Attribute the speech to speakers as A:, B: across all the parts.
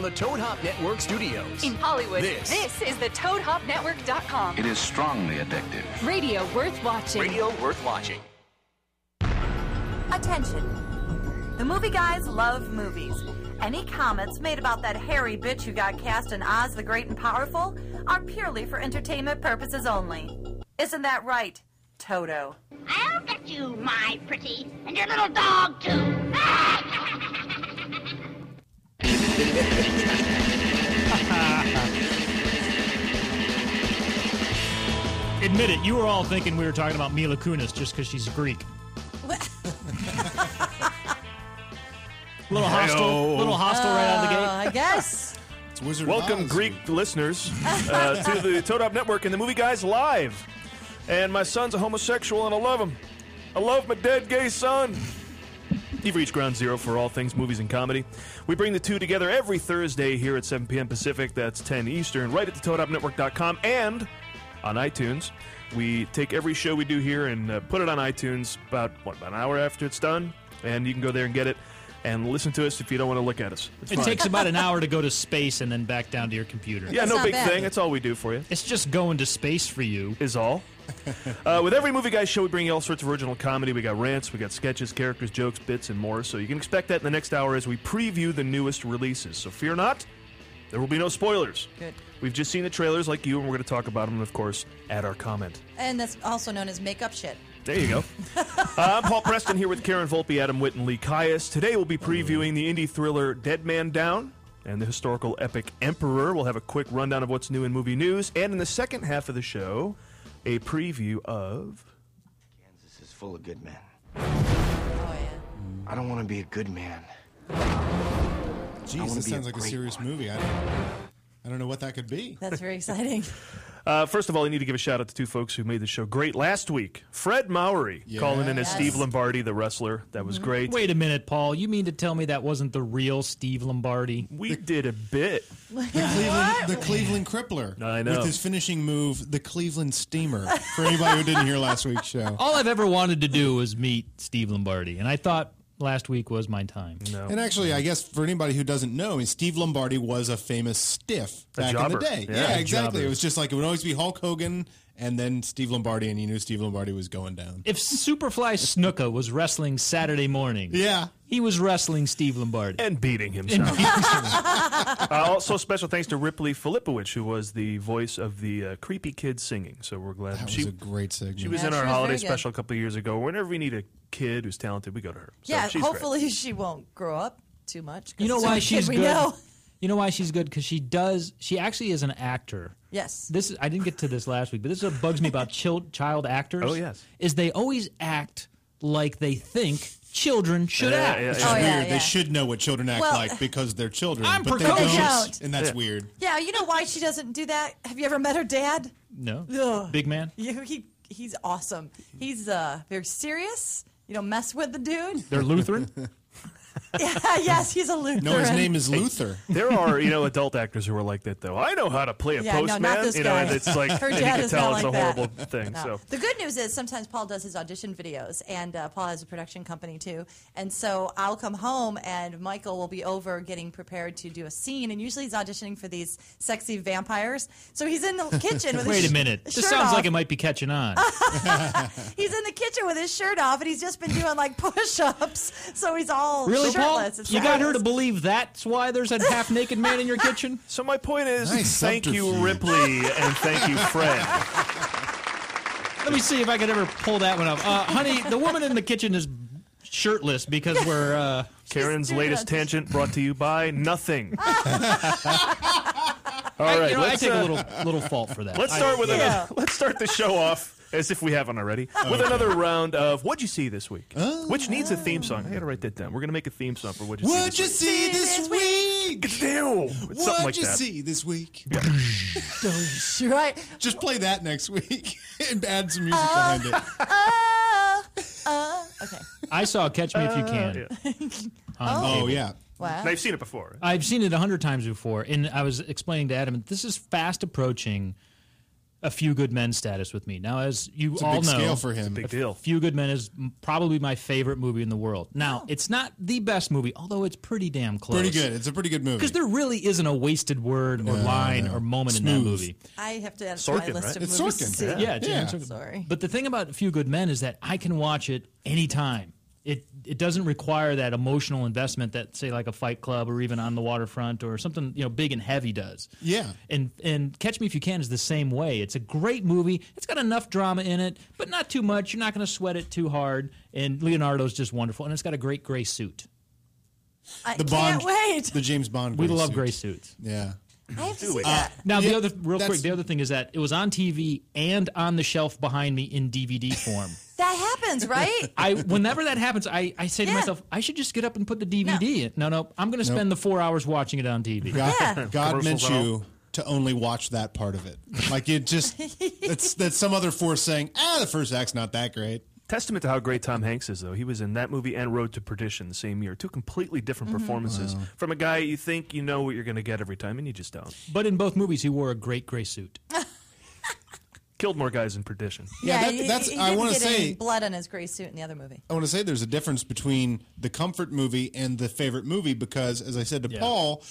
A: the Toad Hop Network studios.
B: In Hollywood,
A: This.
B: is the ToadHopNetwork.com.
C: It is strongly addictive.
B: Radio worth watching.
A: Radio worth watching.
D: Attention. The movie guys love movies. Any comments made about that hairy bitch who got cast in Oz the Great and Powerful are purely for entertainment purposes only. Isn't that right, Toto?
E: I'll get you, my pretty, and your little dog too.
F: Admit it, you were all thinking we were talking about Mila Kunis just because she's Greek. little hostile, little hostile right out of the
G: Oh.
F: gate.
H: I guess.
I: It's Wizard of
G: Welcome,
I: Oz.
G: Greek listeners, uh, to the Toad Hop Network and the Movie Guys Live. And my son's a homosexual, and I love him. I love my dead gay son. You've reached ground zero for all things movies and comedy. We bring the two together every Thursday here at 7 p.m. Pacific, that's 10 Eastern, right at the ToadHopNetwork.com and on iTunes. We take every show we do here and uh, put it on iTunes about, what, about an hour after it's done, and you can go there and get it and listen to us if you don't want to look at us. It's
F: It
G: fine.
F: takes about an hour to go to space and then back down to your computer.
G: yeah,
H: It's
G: no
H: not
G: big
H: bad.
G: thing. That's all we do for you.
F: It's just going to space for you.
G: is all. uh, with every movie guy show, we bring you all sorts of original comedy. We got rants, we got sketches, characters, jokes, bits, and more. So you can expect that in the next hour as we preview the newest releases. So fear not, there will be no spoilers.
H: Good.
G: We've just seen the trailers like you, and we're going to talk about them, of course, at our comment.
H: And that's also known as makeup shit.
G: There you go. uh, I'm Paul Preston here with Karen Volpe, Adam Witt, and Lee Caius. Today we'll be previewing the indie thriller Dead Man Down and the historical epic Emperor. We'll have a quick rundown of what's new in movie news. And in the second half of the show, a preview of.
J: Kansas is full of good men.
H: Oh, yeah.
J: I don't want to be a good man. I
I: Jeez,
J: wanna
I: this
J: be
I: sounds
J: a
I: like a
J: great
I: serious
J: one.
I: movie. I don't, I don't know what that could be.
H: That's very exciting.
G: Uh, first of all, I need to give a shout out to two folks who made the show great last week. Fred Mowry calling in as
I: Yes. Mm-hmm.
G: Steve Lombardi, the wrestler. That was great.
F: Wait a minute, Paul. You mean to tell me that wasn't the real Steve Lombardi?
G: We did a bit.
I: Cleveland, the Cleveland Crippler.
G: I know.
I: With his finishing move, the Cleveland Steamer. For anybody who didn't hear last week's show.
F: All I've ever wanted to do was meet Steve Lombardi, and I thought last week was my time.
I: And actually, I guess for anybody who doesn't know, I mean, Steve Lombardi was a famous stiff
G: A
I: back
G: jobber.
I: in the day.
G: Yeah, a
I: exactly.
G: jobber.
I: It was just like it would always be Hulk Hogan and then Steve Lombardi, and you knew Steve Lombardi was going down.
F: If Superfly Snuka was wrestling Saturday morning,
I: Yeah.
F: he was wrestling Steve Lombardi.
G: And beating himself. uh, also, special thanks to Ripley Filipowicz, who was the voice of the uh, creepy kid singing. So we're glad
I: That
G: she
I: was a great segment.
G: she was
H: Yeah,
G: in
H: she
G: our
H: was
G: holiday
H: very good.
G: special a couple of years ago. Whenever we need a kid who's talented, we go to her. So
H: yeah,
G: she's great.
H: hopefully she won't grow up too much. 'cause
F: You know
H: it's the
F: why
H: only kid
F: she's
H: we
F: good?
H: know.
F: You know why she's good? Because she does. She actually is an actor.
H: Yes.
F: This is, I didn't get to this last week, but this is what bugs me about child child actors.
G: Oh, yes.
F: Is they always act like they think children should
G: Yeah,
F: act.
G: yeah,
F: It's
G: yeah.
H: Oh,
I: weird.
H: yeah, yeah.
I: They should know what children act
H: Well-
I: like because they're children,
F: I'm
I: but
F: precocious.
I: they don't,
H: Don't.
I: and that's weird.
H: Yeah, you know why she doesn't do that? Have you ever met her dad?
F: No.
H: Ugh.
F: Big man.
H: You, he he's awesome. He's uh, very serious. You don't mess with the dude.
F: They're Lutheran.
H: yeah, yes, he's a Lutheran.
I: No, his name is Luther.
G: There are, you know, adult actors who are like that though. I know how to play a
H: Yeah, no,
G: postman.
H: not this
G: you know,
H: guy.
G: and it's like
H: Her
G: and you
H: dad
G: can
H: is
G: tell
H: not
G: it's
H: like
G: a
H: that.
G: horrible thing.
H: No.
G: So
H: Ah. The good news is sometimes Paul does his audition videos, and uh, Paul has a production company too. And so I'll come home, and Michael will be over getting prepared to do a scene. And usually he's auditioning for these sexy vampires. So he's in the kitchen with
F: Wait
H: his
F: a minute. This
H: Sh- shirt
F: sounds
H: off.
F: like it might be catching on.
G: Oh,
H: He's in the kitchen with his shirt off, and he's just been doing like push-ups. So he's all
F: really, Paul?
H: shirtless. It's
F: You got her to
H: fabulous.
F: believe that's why there's a half naked man in your kitchen?
G: So my point is,
I: Nice
G: thank you,
I: subterfuge.
G: Ripley, and thank you, Fred.
F: Let me see if I could ever pull that one up. Uh, honey, the woman in the kitchen is shirtless because we're. Uh,
G: Karen's
H: doing
G: latest
H: that.
G: tangent brought to you by nothing.
F: I,
G: All right,
F: you know, I
G: let's,
F: take
G: uh,
F: a little little fault for that.
G: let's
F: I-
G: start with
H: Yeah.
G: another, let's start the show off as if we haven't already with another round of what'd you see this week,
I: Oh.
G: which needs a theme song. I gotta write that down. We're gonna make a theme song for what'd you
I: What'd
G: see.
I: you
G: This
I: see this week?
G: week. Ew. It's something
I: What'd
G: like
I: you
G: that.
I: see this week?
H: You're right.
I: Just play that next week and add some music behind it.
H: Uh, uh. Okay.
F: I saw Catch Me If You Can. on
I: Oh
F: cable.
I: yeah,
H: Wow.
G: Now, you've seen it before.
I: Uh,
F: I've seen it a hundred times before, and I was explaining to Adam, this is fast approaching a Few Good Men status with me. Now, as you
I: It's a
F: all
I: big
F: know,
I: scale for him.
G: Big deal.
F: Few Good Men is m- probably my favorite movie in the world. Now, it's not the best movie, although it's pretty damn close.
I: Pretty good. It's a pretty good movie.
F: Because there really isn't a wasted word or line or moment in that
I: Smooth.
F: movie.
H: I have to add it to
G: Sorkin,
H: my list
G: right?
H: of
I: It's
H: movies.
I: Sorkin.
H: to see.
I: Yeah.
F: Yeah, it's
I: Yeah.
F: Aaron Sorkin.
H: Sorry.
F: But the thing about A Few Good Men is that I can watch it anytime. It it doesn't require that emotional investment that say like a Fight Club or even On the Waterfront or something you know big and heavy does.
I: Yeah.
F: And and Catch Me If You Can is the same way. It's a great movie. It's got enough drama in it, but not too much. You're not going to sweat it too hard. And Leonardo's just wonderful, and it's got a great gray suit.
H: I
I: the
H: can't
I: Bond,
H: wait.
I: The James Bond.
F: We
I: gray
F: love
I: suit.
F: gray suits.
I: Yeah.
H: I have to see that.
F: Now the
I: Yeah,
F: other real quick,
I: that's-
F: the other thing is that it was on TV and on the shelf behind me in DVD form.
H: That happens, right?
F: I whenever that happens, I, I say to
H: Yeah.
F: myself, I should just get up and put the DVD in. No, no, I'm going to spend the four hours watching it on TV.
I: God,
H: Yeah.
I: God meant
G: Commercials and all.
I: you to only watch that part of it. Like it just that's that's some other force saying, ah, the first act's not that great.
G: Testament to how great Tom Hanks is, though. He was in that movie and Road to Perdition the same year. Two completely different
I: Mm-hmm.
G: performances from a guy you think you know what you're going to get every time, and you just don't.
F: But in both movies, he wore a great gray suit.
G: Killed more guys in Perdition.
I: Yeah, that-
H: he-
I: that's-
H: he
I: I
H: didn't
I: wanna
H: get any
I: say-
H: blood on his gray suit in the other movie.
I: I want to say there's a difference between the comfort movie and the favorite movie because, as I said to Paul,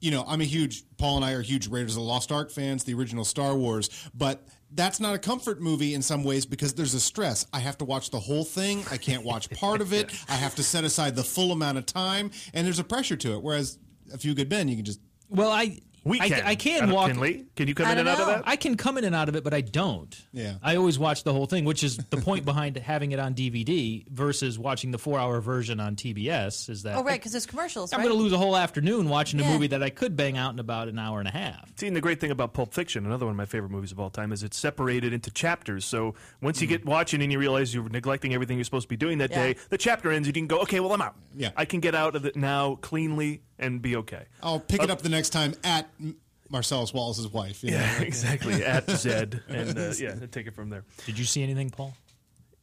I: you know, I'm a huge, Paul and I are huge Raiders of the Lost Ark fans, the original Star Wars, but that's not a comfort movie in some ways because there's a stress. I have to watch the whole thing, I can't watch part of it, I have to set aside the full amount of time, and there's a pressure to it. Whereas A Few Good Men, you can just.
F: Well, I
G: We
F: I,
G: can.
F: I can
G: Uh,
F: walk.
G: Can, Lee? can you come
H: I
G: in and
H: don't
G: out of
H: know.
G: that?
F: I can come in and out of it, but I don't.
I: Yeah.
F: I always watch the whole thing, which is the point behind having it on DVD versus watching the four-hour version on TBS. Is that
H: Oh, right, because there's commercials,
F: I'm
H: right?
F: going to lose a whole afternoon watching a
H: Yeah.
F: movie that I could bang out in about an hour and a half.
G: See, and the great thing about Pulp Fiction, another one of my favorite movies of all time, is it's separated into chapters. So once you get watching and you realize you're neglecting everything you're supposed to be doing that
H: Hmm. Yeah.
G: day, the chapter ends and you can go, okay, well, I'm out.
I: Yeah.
G: I can get out of it now cleanly and be okay.
I: I'll pick it up the next time at M- Marcellus Wallace's wife. You know?
G: Yeah, exactly. At Zed. And uh, yeah, take it from there.
F: Did you see anything, Paul?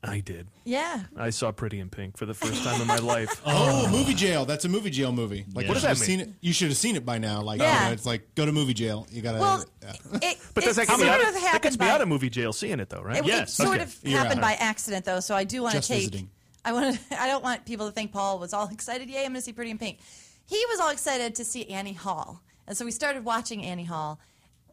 G: I did.
H: Yeah.
G: I saw Pretty in Pink for the first time in my life.
I: Oh, movie jail. That's a movie jail movie.
F: What
I: Like you
F: does
I: should
G: that
I: have seen it.
G: mean?
I: You should have seen it by now. Like you
H: Yeah.
I: know, it's like go to movie jail. You gotta.
H: Well,
I: Uh, yeah.
H: it,
G: But does
H: it
G: that get me
H: sort
G: out, that
H: of
G: gets
H: happened
G: me
H: by-
G: out of movie jail seeing it, though, right?
H: It, it sort
F: okay.
H: of
I: You're
H: happened by
I: out.
H: accident, though, so I do want to
I: Just
H: take.
I: visiting.
H: I want. to. I don't want people to think Paul was all excited. Yay, I'm going to see Pretty in Pink. He was all excited to see Annie Hall, and so we started watching Annie Hall,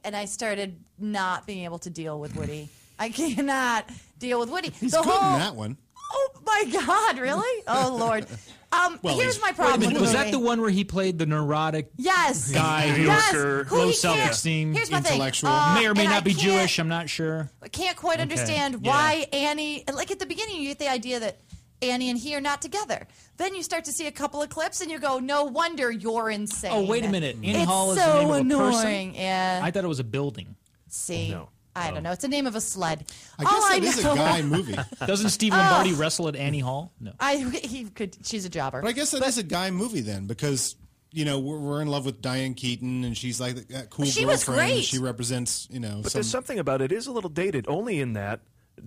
H: and I started not being able to deal with Woody. I cannot deal with Woody.
I: He's
H: the
I: good
H: whole,
I: in that one.
H: Oh my God! Really? Oh Lord. Um,
I: Well,
H: here's
I: he's-
H: my problem. with
F: was that
H: Woody.
F: the one where he played the neurotic
H: Yes.
F: Guy, New
H: yes.
G: Yorker,
H: Who
F: low
H: he can't-
F: self-esteem,
H: Here's my
I: intellectual.
H: Thing. Uh,
F: may or may
H: and I
F: not be
H: can't-
F: Jewish. I'm not sure.
H: can't quite understand
F: yeah.
H: why Annie. and Like at the beginning, you get the idea that Annie and he are not together. Then you start to see a couple of clips, and you go, "No wonder you're insane."
F: Oh, wait a minute. Annie
H: it's
F: Hall is
H: so
F: the name
H: annoying.
F: of a person.
H: Yeah.
F: I thought it was a building.
H: see.
G: No.
H: I don't know. It's the name of a sled.
I: Oh. I
H: All
I: guess
H: I
I: that is
H: know-
I: a guy movie.
F: Doesn't Steve
H: Uh,
F: Lombardi wrestle at Annie Hall? No.
H: I he could. She's a jobber.
I: But I guess that is a guy movie then because you know we're, we're in love with Diane Keaton and she's like that cool
H: She was
I: girlfriend.
H: great.
I: She represents you know.
G: But
I: some,
G: there's something about it is a little dated, only in that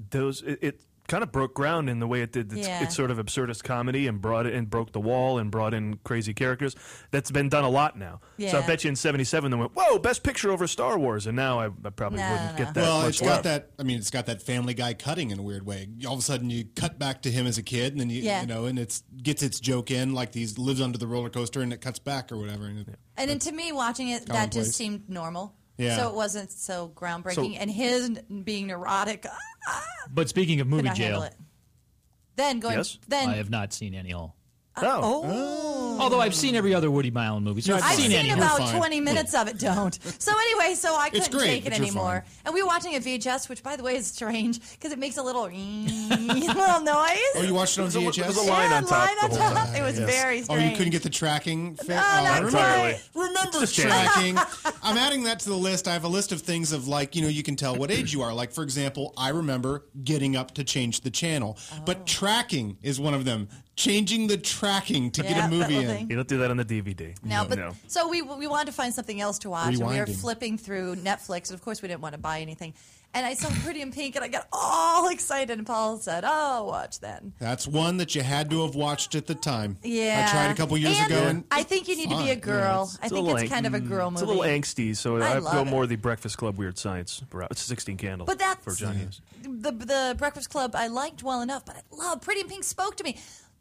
G: those it, it kind of broke ground in the way it did. It's,
H: Yeah.
G: it's sort of absurdist comedy and brought it and broke the wall and brought in crazy characters. That's been done a lot now. So I
H: Yeah.
G: bet you in '77 they went, "Whoa, best picture over Star Wars," and now I, I probably
H: No,
G: wouldn't
H: no, no.
G: get that.
I: well,
G: much
I: it's
G: love.
I: got that. I mean, it's got that Family Guy cutting in a weird way. All of a sudden, you cut back to him as a kid, and then you
H: Yeah.
I: you know, and it's gets its joke in like these lives under the roller coaster, and it cuts back or whatever. And it-
H: And then to me, watching it, that
I: Commonplace.
H: just seemed normal.
I: Yeah.
H: So it wasn't so groundbreaking.
G: So-
H: and his n- being neurotic, I
F: But speaking of
H: could
F: movie
H: not handle
F: jail,
H: it. Then going,
G: Yes?
H: then
F: I have not seen Annie Hall.
G: oh,
F: Although I've seen every other Woody Allen movie, so I've,
H: I've seen,
F: Annie Hall.
H: about
I: You're fine.
H: 20 minutes of it. Don't. So anyway, so I
I: It's
H: couldn't
I: great,
H: take it
I: but you're
H: anymore.
I: fine.
H: And we were watching a VHS, which by the way is strange because it makes a little little noise.
I: oh, you watched it on
G: There's a-
I: VHS.
G: there's a line on top
H: line
G: the
H: on
G: whole
H: top.
G: time.
H: It was
G: Yes.
H: very
I: Oh,
H: strange.
I: you couldn't get the tracking. Fa-
H: Oh, that's
G: Entirely.
H: right.
I: Remember tracking. I'm adding that to the list. I have a list of things of like, you know, you can tell what age you are. Like, for example, I remember getting up to change the channel,
H: Oh.
I: but tracking is one of them. Changing the tracking to
H: Yeah,
I: get a
H: that
I: movie
H: little
I: in.
H: thing.
G: you don't do that on the DVD.
H: No, but so we we wanted to find something else to watch, and we were
I: Rewinding.
H: flipping through Netflix, and of course we didn't want to buy anything. And I saw Pretty in Pink, and I got all excited. And Paul said, "Oh, watch that."
I: That's one that you had to have watched at the time.
H: Yeah,
I: I tried a couple years
H: And
I: ago, and
H: I think you need to be a
I: fun.
H: girl.
I: Yeah,
H: I
G: a
H: think
G: little
H: it's
G: ang-
H: kind of a girl movie.
G: It's a little angsty, so
H: I
G: I, have to go
H: love it.
G: more the Breakfast Club Weird Science route. It's 16 Candles
H: But that's
G: for John Hughes.
H: the the Breakfast Club I liked well enough, but I love Pretty in Pink spoke to me.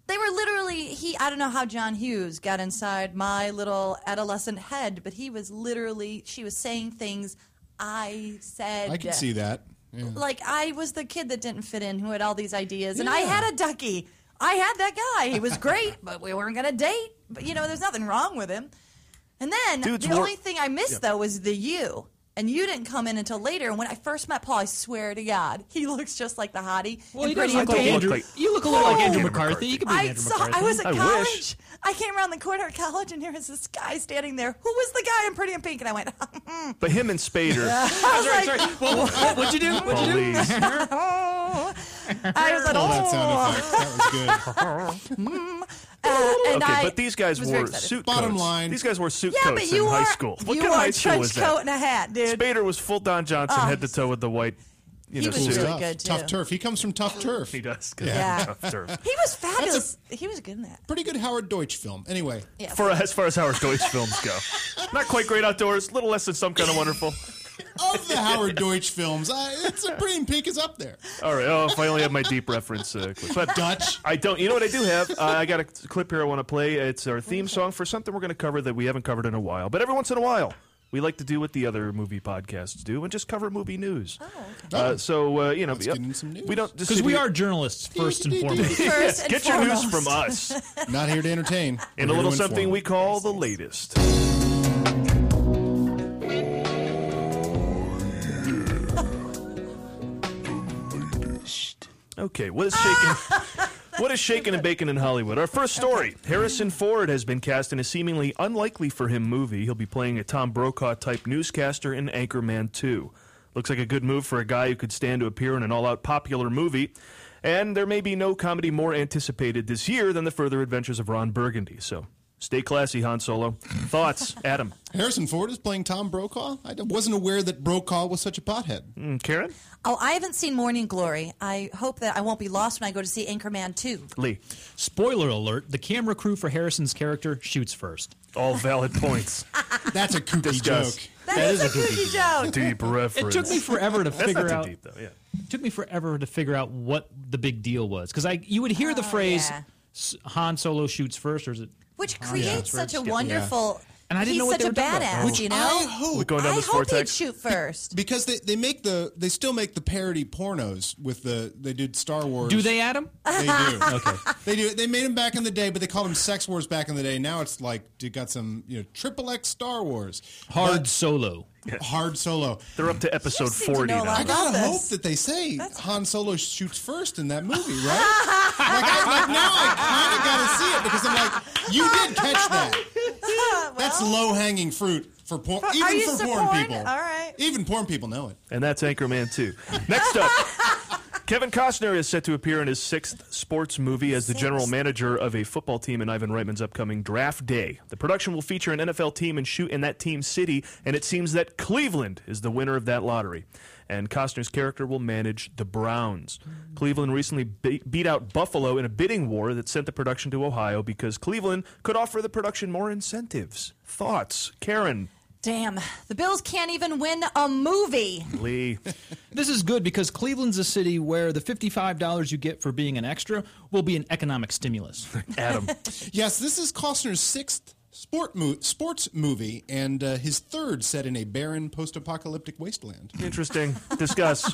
H: They were literally he I don't know how John Hughes got inside my little adolescent head, but he was literally she was saying things I said
I: I can see that. Yeah.
G: Mm.
H: Like I was the kid that didn't fit in who had all these ideas and I had a ducky. I had that guy. He was great, but we weren't gonna date. But you know, there's nothing wrong with him. And then
G: Dudes
H: the
G: were-
H: only thing I missed
G: Yeah.
H: though was the you. And you didn't come in until later. And when I first met Paul, I swear to God, he looks just like the hottie.
F: Well,
H: in
F: you don't
H: Pretty
F: look like
H: in Pink.
F: Andrew.
G: Look like-
F: you look a lot like Andrew
G: Andrew
F: McCarthy.
G: McCarthy.
F: You could be
H: Oh. I
F: Andrew
H: saw.
F: McCarthy.
H: I was at
G: I wish.
H: college. I came around the corner at college, and here was this guy standing there. Who was the guy in Pretty in Pink? And I went,
G: But him and Spader,
H: I was like,
F: What'd you do? What'd you do?
G: please.
H: oh. I was like,
I: Oh,
H: oh.
I: that sound effect. That was good.
H: Uh, and
G: okay,
H: I
G: but these guys
H: was very
G: wore
H: excited.
G: suit
I: Bottom
G: coats.
I: line-
G: These guys wore suit
H: Yeah,
G: coats
H: but you
G: in
H: were
G: high school. What
H: you
G: kind of
H: wore
G: high
H: a
G: school was
H: trench coat
G: that?
H: and a hat, dude.
G: Spader was full Don Johnson, head to toe with the white, you
H: He
G: know,
H: was
G: suit.
H: really
I: tough,
H: good, too.
I: tough turf. He comes from tough turf.
G: He does.
H: Yeah.
G: Tough turf.
H: He was fabulous. he was good in that.
I: Pretty good Howard Deutsch film. Anyway,
H: Yeah.
G: For as far as Howard Deutsch films go, not quite great outdoors. Little less than some kind of wonderful.
I: of the Howard Deutsch films, I, it's a Pretty in Pink is up there.
G: All right. Oh, if I only have my deep reference. Uh, clip. but
I: Dutch.
G: I don't. You know what I do have? Uh, I got a clip here I want to play. It's our theme song for something we're going to cover that we haven't covered in a while. But every once in a while, we like to do what the other movie podcasts do and just cover movie news. Oh, uh, so uh, you know,
I: Let's
G: yep.
I: get in some news.
G: we don't just
F: Because
G: sit
F: we
G: here-
F: are journalists first and foremost.
H: First and
G: Get your news
H: foremost.
G: from us
I: Not here to
G: and
I: entertain. We're
G: a
I: here
G: little
I: to
G: something
I: inform.
G: we call the latest. Okay, what is shaking? what is shaking and baking in Hollywood? Our first story: Harrison Ford has been cast in a seemingly unlikely for him movie. He'll be playing a Tom Brokaw type newscaster in Anchorman 2. Looks like a good move for a guy who could stand to appear in an all-out popular movie. And there may be no comedy more anticipated this year than the further adventures of Ron Burgundy. So stay classy, Han Solo. Thoughts, Adam?
I: Harrison Ford is playing Tom Brokaw. I wasn't aware that Brokaw was such a pothead.
G: Mm, Karen?
H: Oh, I haven't seen Morning Glory. I hope that I won't be lost when I go to see Anchorman 2.
G: Lee.
F: Spoiler alert: the camera crew for Harrison's character shoots first.
G: All valid points.
I: That's a kooky
G: Discuss.
I: joke.
H: that is, a kooky joke.
G: Deep
F: It
G: reference.
F: took me forever to
G: That's not
F: figure
G: too
F: out.
G: deep, though. Yeah.
F: took me forever to figure out what the big deal was because I you would hear the phrase
H: Oh, yeah.
F: "S- Han Solo shoots first or is it
H: Which
F: Han
H: creates
F: shoots
H: such
F: first?
H: a
F: Yeah.
H: wonderful.
F: And I didn't
H: he's
F: know what
H: such
F: they were
H: a
F: talking about.
H: badass,
F: Which
H: you know?
I: I hope
G: Going down
H: I
G: this
H: hope he'd
G: vortex.
H: shoot first.
I: because they, they make the they still make the parody pornos with the they did Star Wars.
F: Do they, Adam?
I: They do.
F: Okay.
I: They do. They made them back in the day, but they called them sex wars back in the day. Now it's like you got some you know triple X Star Wars
F: Hard Solo.
I: But- hard solo.
G: They're up to episode
H: seem to
G: 40
H: know a
G: now.
H: lot.
I: I
H: love
I: gotta
H: this.
I: hope that they say Han Solo shoots first in that movie, right? like, I, like now I kind of gotta see it because I'm like, you did catch that. That's low hanging fruit for porn,
H: Are
I: even
H: you
I: for
H: so
I: porn,
H: porn?
I: people.
H: All right.
I: even porn people know it.
G: And that's Anchorman 2. Next up, Kevin Costner is set to appear in his sixth sports movie as the general manager of a football team in Ivan Reitman's upcoming draft day. The production will feature an NFL team and shoot in that team's city, and it seems that Cleveland is the winner of that lottery. And Costner's character will manage the Browns. Cleveland recently be- beat out Buffalo in a bidding war that sent the production to Ohio because Cleveland could offer the production more incentives. Thoughts, Karen
H: Damn, the Bills can't even win a movie.
G: Lee.
F: This is good because Cleveland's a city where the fifty-five dollars you get for being an extra will be an economic stimulus.
G: Adam.
I: Yes, this is Costner's sixth sport mo- sports movie and uh, his third set in a barren post apocalyptic wasteland.
G: Interesting. Discuss.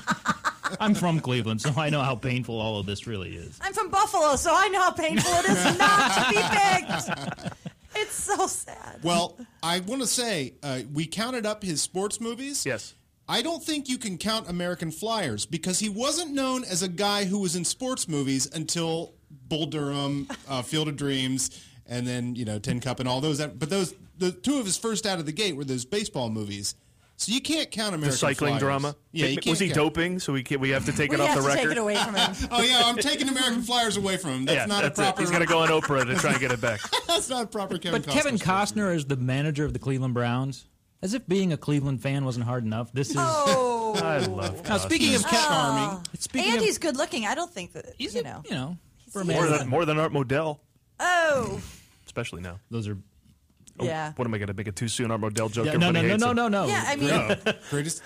F: I'm from Cleveland, so I know how painful all of this really is.
H: I'm from Buffalo, so I know how painful it is not to be picked. It's so sad.
I: Well, I want to say uh, we counted up his sports movies.
G: Yes.
I: I don't think you can count American Flyers because he wasn't known as a guy who was in sports movies until Bull Durham, uh, Field of Dreams, and then you know Tin Cup and all those. But those the two of his first out of the gate were those baseball movies. So you can't count American
G: the cycling
I: Flyers.
G: drama.
I: Yeah, you
G: Take-
I: can't
G: was he
I: count-
G: doping? So we can, we have to take
H: We
G: it off the
H: have to
G: record.
H: take it away from him.
I: Oh yeah, I'm taking American Flyers away from him. That's
G: Yeah,
I: not
G: that's
I: a
G: it.
I: proper.
G: He's gonna go on Oprah to try and get it back.
I: That's not a proper Kevin.
F: But Kevin
I: sports movie.
H: Oh.
F: Costner is the manager of the Cleveland Browns. As if being a Cleveland fan wasn't hard enough, this is
G: I love
C: Now, speaking of cat
F: Ah.
C: farming, speaking
H: and
C: of,
H: he's good looking. I don't think that
C: he's
H: Uh,
C: a-
H: you know.
C: you know, for a
G: more
C: man.
G: than, more than Art Modell,
H: Oh,
G: especially now.
F: Those are
G: Oh,
H: Yeah.
G: What am I going to make a too soon Art Modell joke?
F: no, no,
G: Everybody
F: no,
G: hates
F: no,
G: him.
F: no, no.
H: yeah. I mean,
I: greatest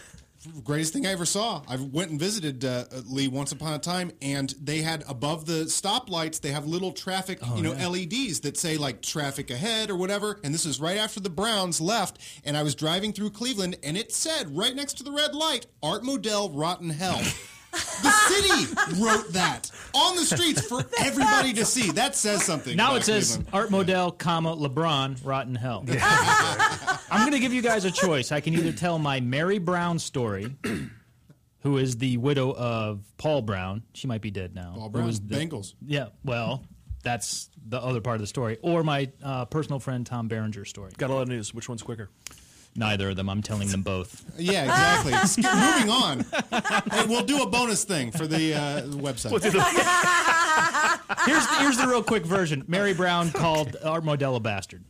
I: greatest thing I ever saw. I went and visited uh, Lee once upon a time, and they had above the stoplights they have little traffic,
F: Oh,
I: you know, LEDs that say like traffic ahead or whatever. And this is right after the Browns left, and I was driving through Cleveland, and it said right next to the red light, Art Modell, Rotten Hell. The city wrote that on the streets for everybody to see. That says something.
F: Now
I: about
F: it says
I: Cleveland.
F: Art Modell, comma LeBron, rotten hell. I'm going to give you guys a choice. I can either tell my Mary Brown story, who is the widow of Paul Brown. She might be dead now.
I: Paul
F: Who
I: Brown,
F: was the-
I: Bengals.
F: Yeah. Well, that's the other part of the story. Or my uh, personal friend Tom Berenger story.
G: Got a lot of news. Which one's quicker?
F: Neither of them. I'm telling them both.
I: Yeah, exactly. Let's get Moving on. Hey, we'll do a bonus thing for the uh, website.
F: Here's here's the real quick version. Mary Brown called Art Modell a bastard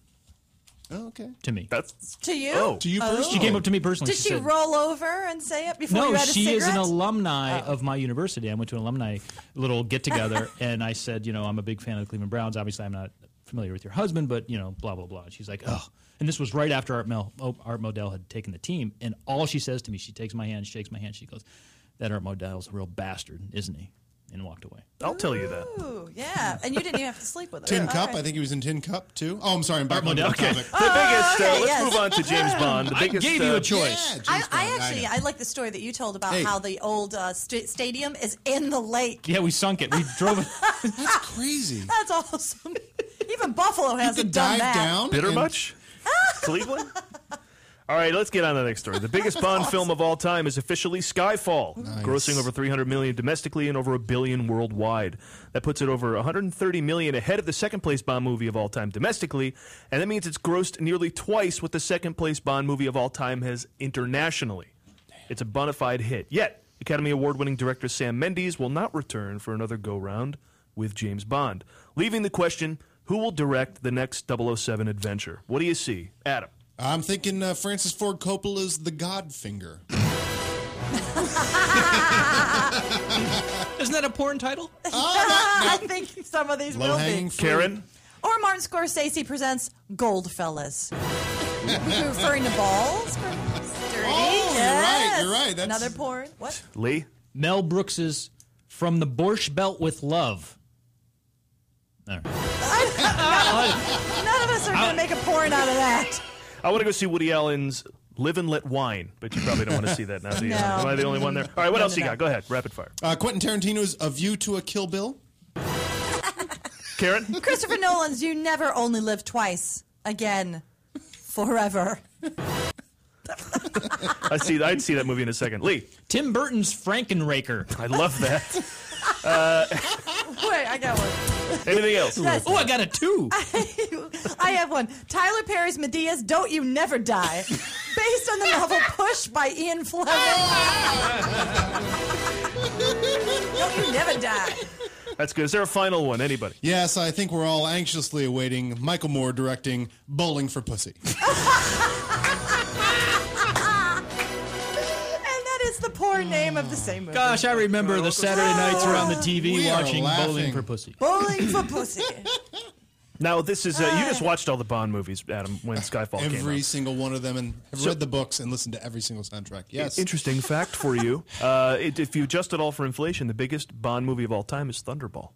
I: Oh, okay.
F: to me.
G: That's
H: to you?
G: oh,
I: To you personally.
F: She came up to me personally.
H: Did she
F: said-
H: roll over and say it before
F: No,
H: you had a
F: she
H: cigarette? Oh.
F: is an alumni of my university. I went to an alumni little get together, and I said, you know, I'm a big fan of the Cleveland Browns. Obviously, I'm not familiar with your husband, but you know, blah blah blah. And she's like, oh. And this was right after Art Mel, oh, Art Modell had taken the team, and all she says to me, she takes my hand, shakes my hand, she goes, "That Art Modell's a real bastard, isn't he?" And walked away.
G: I'll tell you that.
H: Ooh, yeah, and you didn't even have to sleep with her.
I: Tin
H: All
I: Cup.
H: right.
I: I think he was in Tin Cup too. Oh, I'm sorry. I'm back on the
F: Modell, okay.
I: topic.
G: The biggest.
H: okay,
G: uh, let's
H: yes.
G: move on to James Bond. The
F: I
G: biggest,
F: gave you
G: uh,
F: a choice.
I: Yeah,
H: I,
I: James
H: I
I: Bond,
H: actually
I: know.
H: I, like the story that you told about
I: Hey.
H: how the old uh, st- stadium is in the lake.
F: Yeah, we sunk it. We drove it.
I: That's crazy.
H: That's awesome. even Buffalo
I: You
H: hasn't
I: could
H: done
I: dive
H: that.
I: down.
G: Bitter
I: and-
G: much? Cleveland? All right, let's get on to the next story. The biggest Bond film of all time is officially Skyfall, grossing over 300 million domestically and over a billion worldwide. That puts it over 130 million ahead of the second place Bond movie of all time domestically, and that means it's grossed nearly twice what the second place Bond movie of all time has internationally. It's a bona fide hit. Yet, Academy Award winning director Sam Mendes will not return for another go round with James Bond, leaving the question who will direct the next 007 adventure? What do you see, Adam?
I: I'm thinking uh, Francis Ford Coppola's The Godfinger.
C: Isn't that a porn title?
H: I think some of these
I: Low
H: will
I: hanging
H: be.
I: fruit.
G: Karen?
H: Or Martin Scorsese presents Goldfellas, referring to balls. perhaps? Dirty.
I: Oh, you're right,
H: yes.
I: you're right. That's-
H: another porn. What?
G: Lee?
F: Mel Brooks's "From the Borscht Belt with Love." All right.
H: None of us are going to make a porn out of that.
G: I want to go see Woody Allen's Live and Let Wine, but you probably don't want to see that now, do you?
H: No.
G: Am I the only one there? All right, what
H: No,
G: else
H: no,
G: you
H: no.
G: got? Go ahead, rapid fire.
I: Uh, Quentin Tarantino's A View to a Kill Bill.
G: Karen?
H: Christopher Nolan's You Never Only Live Twice. Again, forever.
G: I see, I'd see that movie in a second. Lee?
F: Tim Burton's Frankenraker.
G: I love that.
H: Wait, I got one.
G: Anything else?
H: Yes.
F: Oh, I got a two.
H: I have one. Tyler Perry's Medea's Don't You Never Die, based on the novel Push by Ian Fleming. Don't You Never Die.
G: That's good. Is there a final one? Anybody?
I: Yes, I think we're all anxiously awaiting Michael Moore directing Bowling for Pussy.
H: And Ah. that is the poor name of the same movie.
F: Gosh, I remember the Saturday nights around the TV
I: We are
F: watching
I: laughing.
F: Bowling for Pussy.
H: Bowling for Pussy.
G: Now this is uh, you just watched all the Bond movies, Adam, when Skyfall came
I: every
G: out.
I: single one of them, and I've read the books and listened to every single soundtrack. Yes.
G: Interesting fact for you: uh, it, if you adjust it all for inflation, the biggest Bond movie of all time is Thunderball,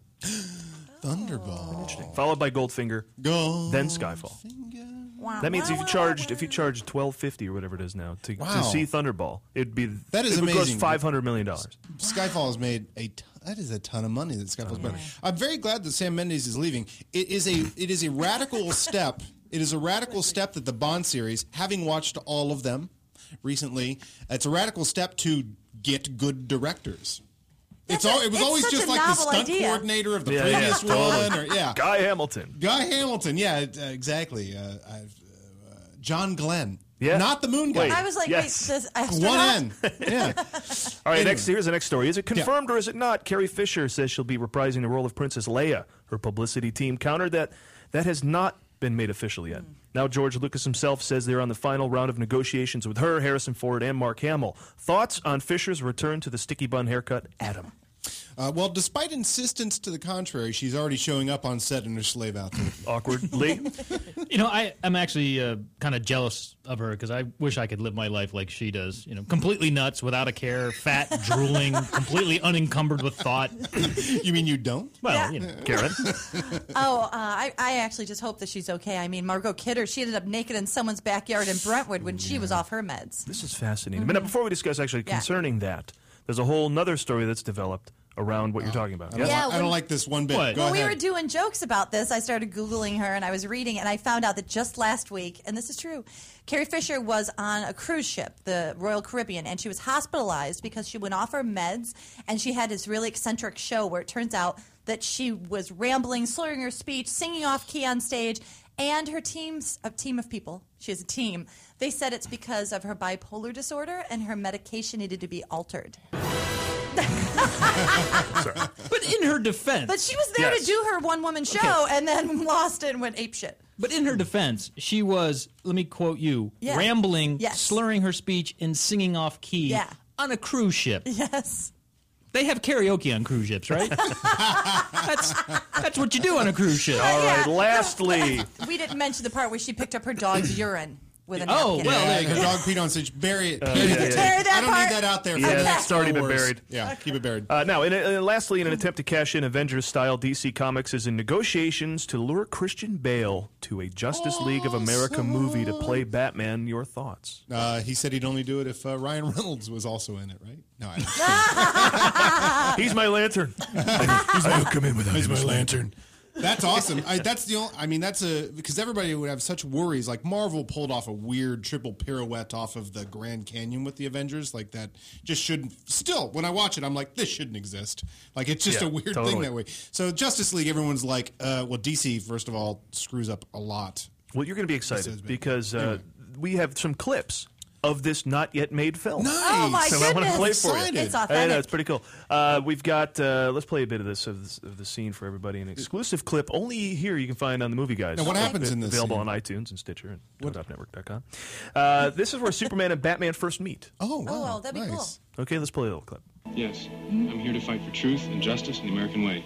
I: Thunderball.
G: followed by Goldfinger,
I: Go.
G: then Skyfall. That means if you charged if you charged twelve fifty or whatever it is now to,
I: Wow.
G: to see Thunderball, it'd be
I: That is
G: it would
I: amazing.
G: Cost five hundred million dollars.
I: Skyfall has made a ton, that is a ton of money that Skyfall's made. I'm very glad that Sam Mendes is leaving. It is a it is a radical step. It is a radical step that the Bond series, having watched all of them recently, it's a radical step to get good directors.
H: That's
I: it's all
H: a-
I: it was
H: it's
I: always
H: such
I: just
H: a
I: like the
H: novel
I: stunt
H: idea.
I: coordinator of the
G: Yeah, yeah,
I: previous
G: totally.
I: one, or yeah,
G: Guy Hamilton.
I: Guy Hamilton. Yeah, it- uh, exactly. Uh, I've, uh, uh, John Glenn.
G: Yeah.
I: not the Moon
G: Wait.
I: Guy.
H: I was like,
G: Yes.
H: wait, this astronaut?
I: One N. Yeah.
G: All right,
I: Anyway.
G: next here's the next story. Is it confirmed or is it not? Carrie Fisher says she'll be reprising the role of Princess Leia. Her publicity team countered that that has not been made official yet. Now, George Lucas himself says they're on the final round of negotiations with her, Harrison Ford, and Mark Hamill. Thoughts on Fisher's return to the sticky bun haircut, Adam?
I: Uh, well, despite insistence to the contrary, she's already showing up on set in her slave outfit.
G: Awkward. Lee?
F: You know, I, I'm actually uh, kind of jealous of her because I wish I could live my life like she does. You know, completely nuts, without a care, fat, drooling, completely unencumbered with thought.
I: you mean you don't?
F: Well, you know, Karen.
H: Oh, uh, I, I actually just hope that she's okay. I mean, Margot Kidder, she ended up naked in someone's backyard in Brentwood when she was off her meds.
G: This is fascinating. But now, before we discuss actually
H: Yeah.
G: concerning that, there's a whole nother story that's developed around what you're talking about.
I: I
G: Yes?
I: don't
H: Yeah,
I: like- I
H: when-
I: don't like this one bit.
F: What?
I: Go
H: Well, we
I: ahead.
H: were doing jokes about this. I started Googling her and I was reading, and I found out that just last week, and this is true, Carrie Fisher was on a cruise ship, the Royal Caribbean, and she was hospitalized because she went off her meds and she had this really eccentric show where it turns out that she was rambling, slurring her speech, singing off key on stage, and her team's a team of people. She has a team. They said it's because of her bipolar disorder and her medication needed to be altered.
C: But in her defense,
H: But she was there
G: Yes.
H: to do her one woman show and then lost it and went apeshit.
F: But in her defense, she was, let me quote you,
H: Yeah.
F: rambling,
H: Yes.
F: slurring her speech, and singing off key
H: Yeah.
F: on a cruise ship.
H: Yes.
F: They have karaoke on cruise ships, right? that's that's what you do on a cruise ship.
G: All right,
H: Yeah.
G: lastly.
H: We didn't mention the part where she picked up her dog's urine with a napkin.
F: Oh, well, there
I: Yeah,
F: you
I: her
F: go.
I: dog peed on stage. Bury it.
G: Uh, yeah, yeah, yeah.
H: Bury that
I: I don't
H: part.
I: need that out there.
G: Yeah,
I: Okay.
G: that's already been
I: Star Wars.
G: buried.
I: Yeah, keep it buried.
G: Uh, now, in a, uh, lastly, in an attempt to cash in Avengers-style, DC Comics is in negotiations to lure Christian Bale to a Justice League of America movie to play Batman. Your thoughts?
I: Uh, he said he'd only do it if uh, Ryan Reynolds was also in it, right? No, I don't.
G: He's my lantern. He's my, come in without him.
I: lantern. That's awesome. I, that's the only. I mean, that's a because everybody would have such worries. Like Marvel pulled off a weird triple pirouette off of the Grand Canyon with the Avengers. Like that just shouldn't. Still, when I watch it, I'm like, this shouldn't exist. Like it's just
G: Yeah,
I: a weird thing
G: totally.
I: that way. So Justice League, everyone's like, uh, well, DC first of all screws up a lot.
G: Well, you're going to be
I: says
G: excited
I: Batman.
G: because uh, we have some clips of this not yet made film.
I: Nice.
H: Oh, my
G: So I want to
H: goodness.
G: play for
I: Excited.
G: you.
H: It's
G: I know,
H: authentic.
G: it's pretty cool. Uh, we've got. Uh, let's play a bit of this of, this of the scene for everybody. An exclusive clip only here you can find on the movie guys.
I: Now, what happens
G: It's
I: in this
G: Available
I: scene?
G: on iTunes and Stitcher and ToadUpNetwork.com. Uh, this is where Superman and Batman first meet.
I: Oh, wow,
H: Oh, that'd be
I: nice.
G: Okay, let's play a little clip.
K: Yes, I'm here to fight for truth and justice in the American way.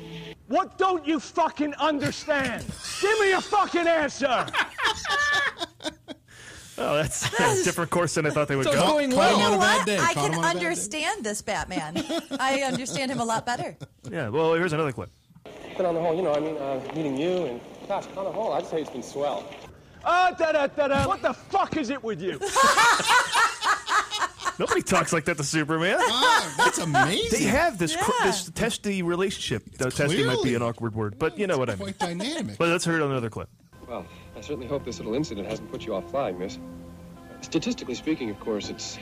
L: What don't you fucking understand? Give me a fucking answer.
G: Oh, that's a different course than I thought they would
I: Caught-
G: go.
I: caught him
H: You
I: on
H: know
I: a bad
H: what?
I: day.
H: I
I: Caught him
H: can
I: on a bad day.
H: understand this Batman. I understand him a lot better.
G: Yeah. Well, here's another clip.
K: But on the whole, you know, I mean, uh, meeting you and gosh, on the whole, I'd say it's been swell.
L: Ah, da da da da. What the fuck is it with you?
G: Nobody talks like that to Superman.
I: Ah, that's
G: They
I: amazing.
G: have this cr- this testy relationship. Though testy might be
I: clearly-
G: an awkward word, but you know what I mean.
I: Quite dynamic.
G: But let's hear it on another clip.
K: Well, I certainly hope this little incident hasn't put you off flying, miss. Statistically speaking, of course, it's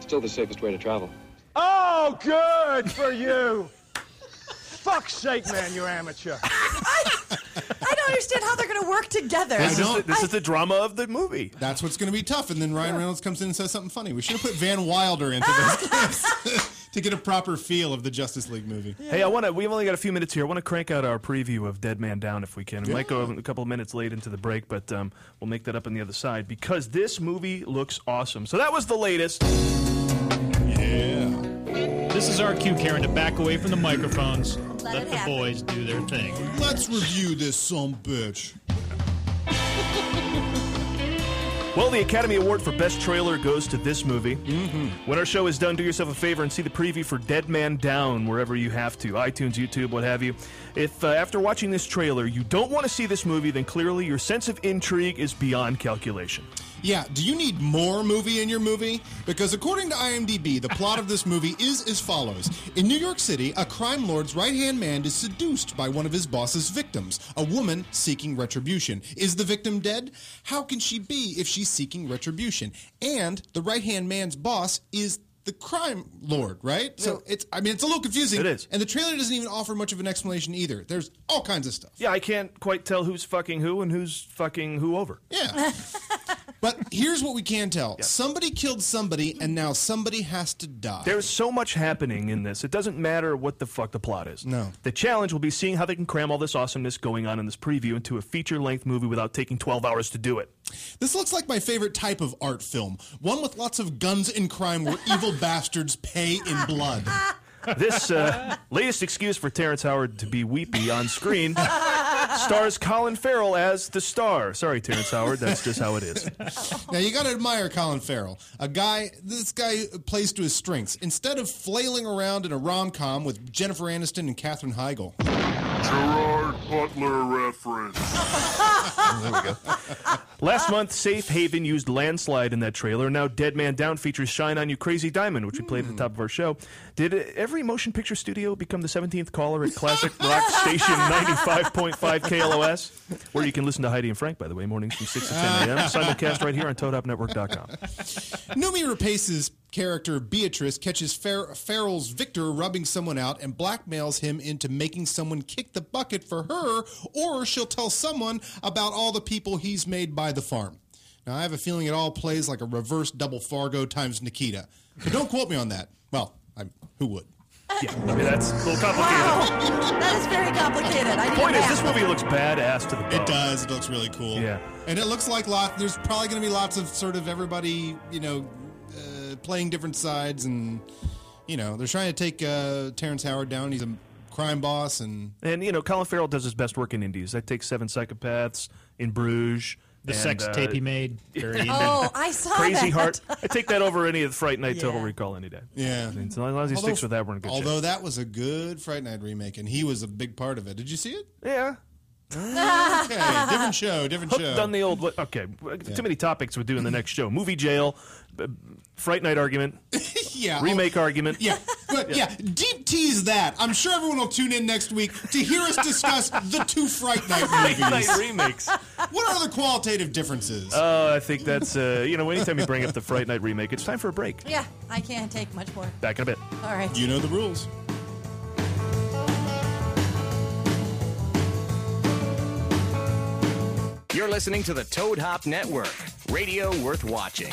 K: still the safest way to travel.
L: Oh, good for you. Fuck's sake, man, you're amateur.
H: I don't understand how they're going to work together.
G: This, is the,
I: don't-
G: this is the drama of the movie.
I: That's what's going to be tough. And then Ryan Reynolds comes in and says something funny. We should have put Van Wilder into those clips to get a proper feel of the Justice League movie.
G: Hey, I want to. We've only got a few minutes here. I want to crank out our preview of Dead Man Down if we can. We might go a couple of minutes late into the break, but um, we'll make that up on the other side because this movie looks awesome. So that was the latest.
I: Yeah.
F: This is our cue, Karen, to back away from the microphones. Let,
H: it
F: the
H: happen.
F: boys do their thing.
I: Let's review this some bitch.
G: Well, the Academy Award for Best Trailer goes to this movie. Mm-hmm. When our show is done, do yourself a favor and see the preview for Dead Man Down wherever you have to iTunes, YouTube, what have you. If uh, after watching this trailer you don't want to see this movie, then clearly your sense of intrigue is beyond calculation.
I: Yeah, do you need more movie in your movie? Because according to IMDb, the plot of this movie is as follows. In New York City, a crime lord's right hand man is seduced by one of his boss's victims, a woman seeking retribution. Is the victim dead? How can she be if she's seeking retribution? And the right hand man's boss is the crime lord, right? So it's, I mean, it's a little confusing.
G: It is.
I: And the trailer doesn't even offer much of an explanation either. There's all kinds of stuff.
G: Yeah, I can't quite tell who's fucking who and who's fucking who over.
I: Yeah. But here's what we can tell: somebody killed somebody, and now somebody has to die.
G: There's so much happening in this. It doesn't matter what the fuck the plot is.
I: No.
G: The challenge will be seeing how they can cram all this awesomeness going on in this preview into a feature length movie without taking 12 hours to do it.
I: This looks like my favorite type of art film: one with lots of guns and crime, where evil bastards pay in blood.
G: This uh, latest excuse for Terrence Howard to be weepy on screen stars Colin Farrell as the star. Sorry, Terrence Howard, that's just how it is.
I: Now you got to admire Colin Farrell, a guy. This guy plays to his strengths. Instead of flailing around in a rom com with Jennifer Aniston and Katherine Heigl,
M: Gerard Butler reference.
G: Last month, Safe Haven used Landslide in that trailer. Now, Dead Man Down features Shine On You Crazy Diamond, which we played at the top of our show. Did uh, every motion picture studio become the 17th caller at Classic Rock Station 95.5 KLOS? Where you can listen to Heidi and Frank, by the way, mornings from 6 to 10 a.m. Simulcast right here on ToadHopNetwork.com.
I: Numi Rapace's character Beatrice catches Fer- Farrell's Victor rubbing someone out and blackmails him into making someone kick the bucket for her, or she'll tell someone about all the people he's made by the farm. Now, I have a feeling it all plays like a reverse double Fargo times Nikita. But don't quote me on that. Well, I, who would?
G: Yeah, I mean, that's a little complicated.
H: Wow, that is very complicated. I need
G: Point
H: a
G: is,
H: map.
G: this movie looks badass to the bone.
I: It does. It looks really cool.
G: Oh. Yeah.
I: And it looks like lot. There's probably going to be lots of sort of everybody, you know, uh, playing different sides, and you know, they're trying to take uh, Terrence Howard down. He's a crime boss, and
G: And you know, Colin Farrell does his best work in Indies. That takes Seven Psychopaths, In Bruges,
F: The
G: and,
F: sex
G: uh,
F: tape he made. Very
H: Oh, I saw
G: Crazy
H: that.
G: Heart. I take that over any of the Fright Night
I: Yeah.
G: Total Recall any day.
I: Yeah.
G: I mean, so as long as he sticks with that, we're in good shape.
I: although that was a good Fright Night remake, and he was a big part of it. Did you see it?
G: Yeah.
I: okay, different show, different
G: Hooked
I: show.
G: on the old. Okay, too many topics we do in the next show. Movie jail, b- Fright Night argument,
I: yeah, Oh,
G: remake argument.
I: Yeah, but yeah. deep tease that. I'm sure everyone will tune in next week to hear us discuss the two Fright Night
G: Fright
I: movies.
G: Night remakes.
I: What are the qualitative differences?
G: Oh, I think that's uh, you know. Anytime you bring up the Fright Night remake, it's time for a break.
H: Yeah, I can't take much more.
G: Back in a bit.
H: All right.
I: You know the rules.
A: You're listening to the Toad Hop Network, radio worth watching.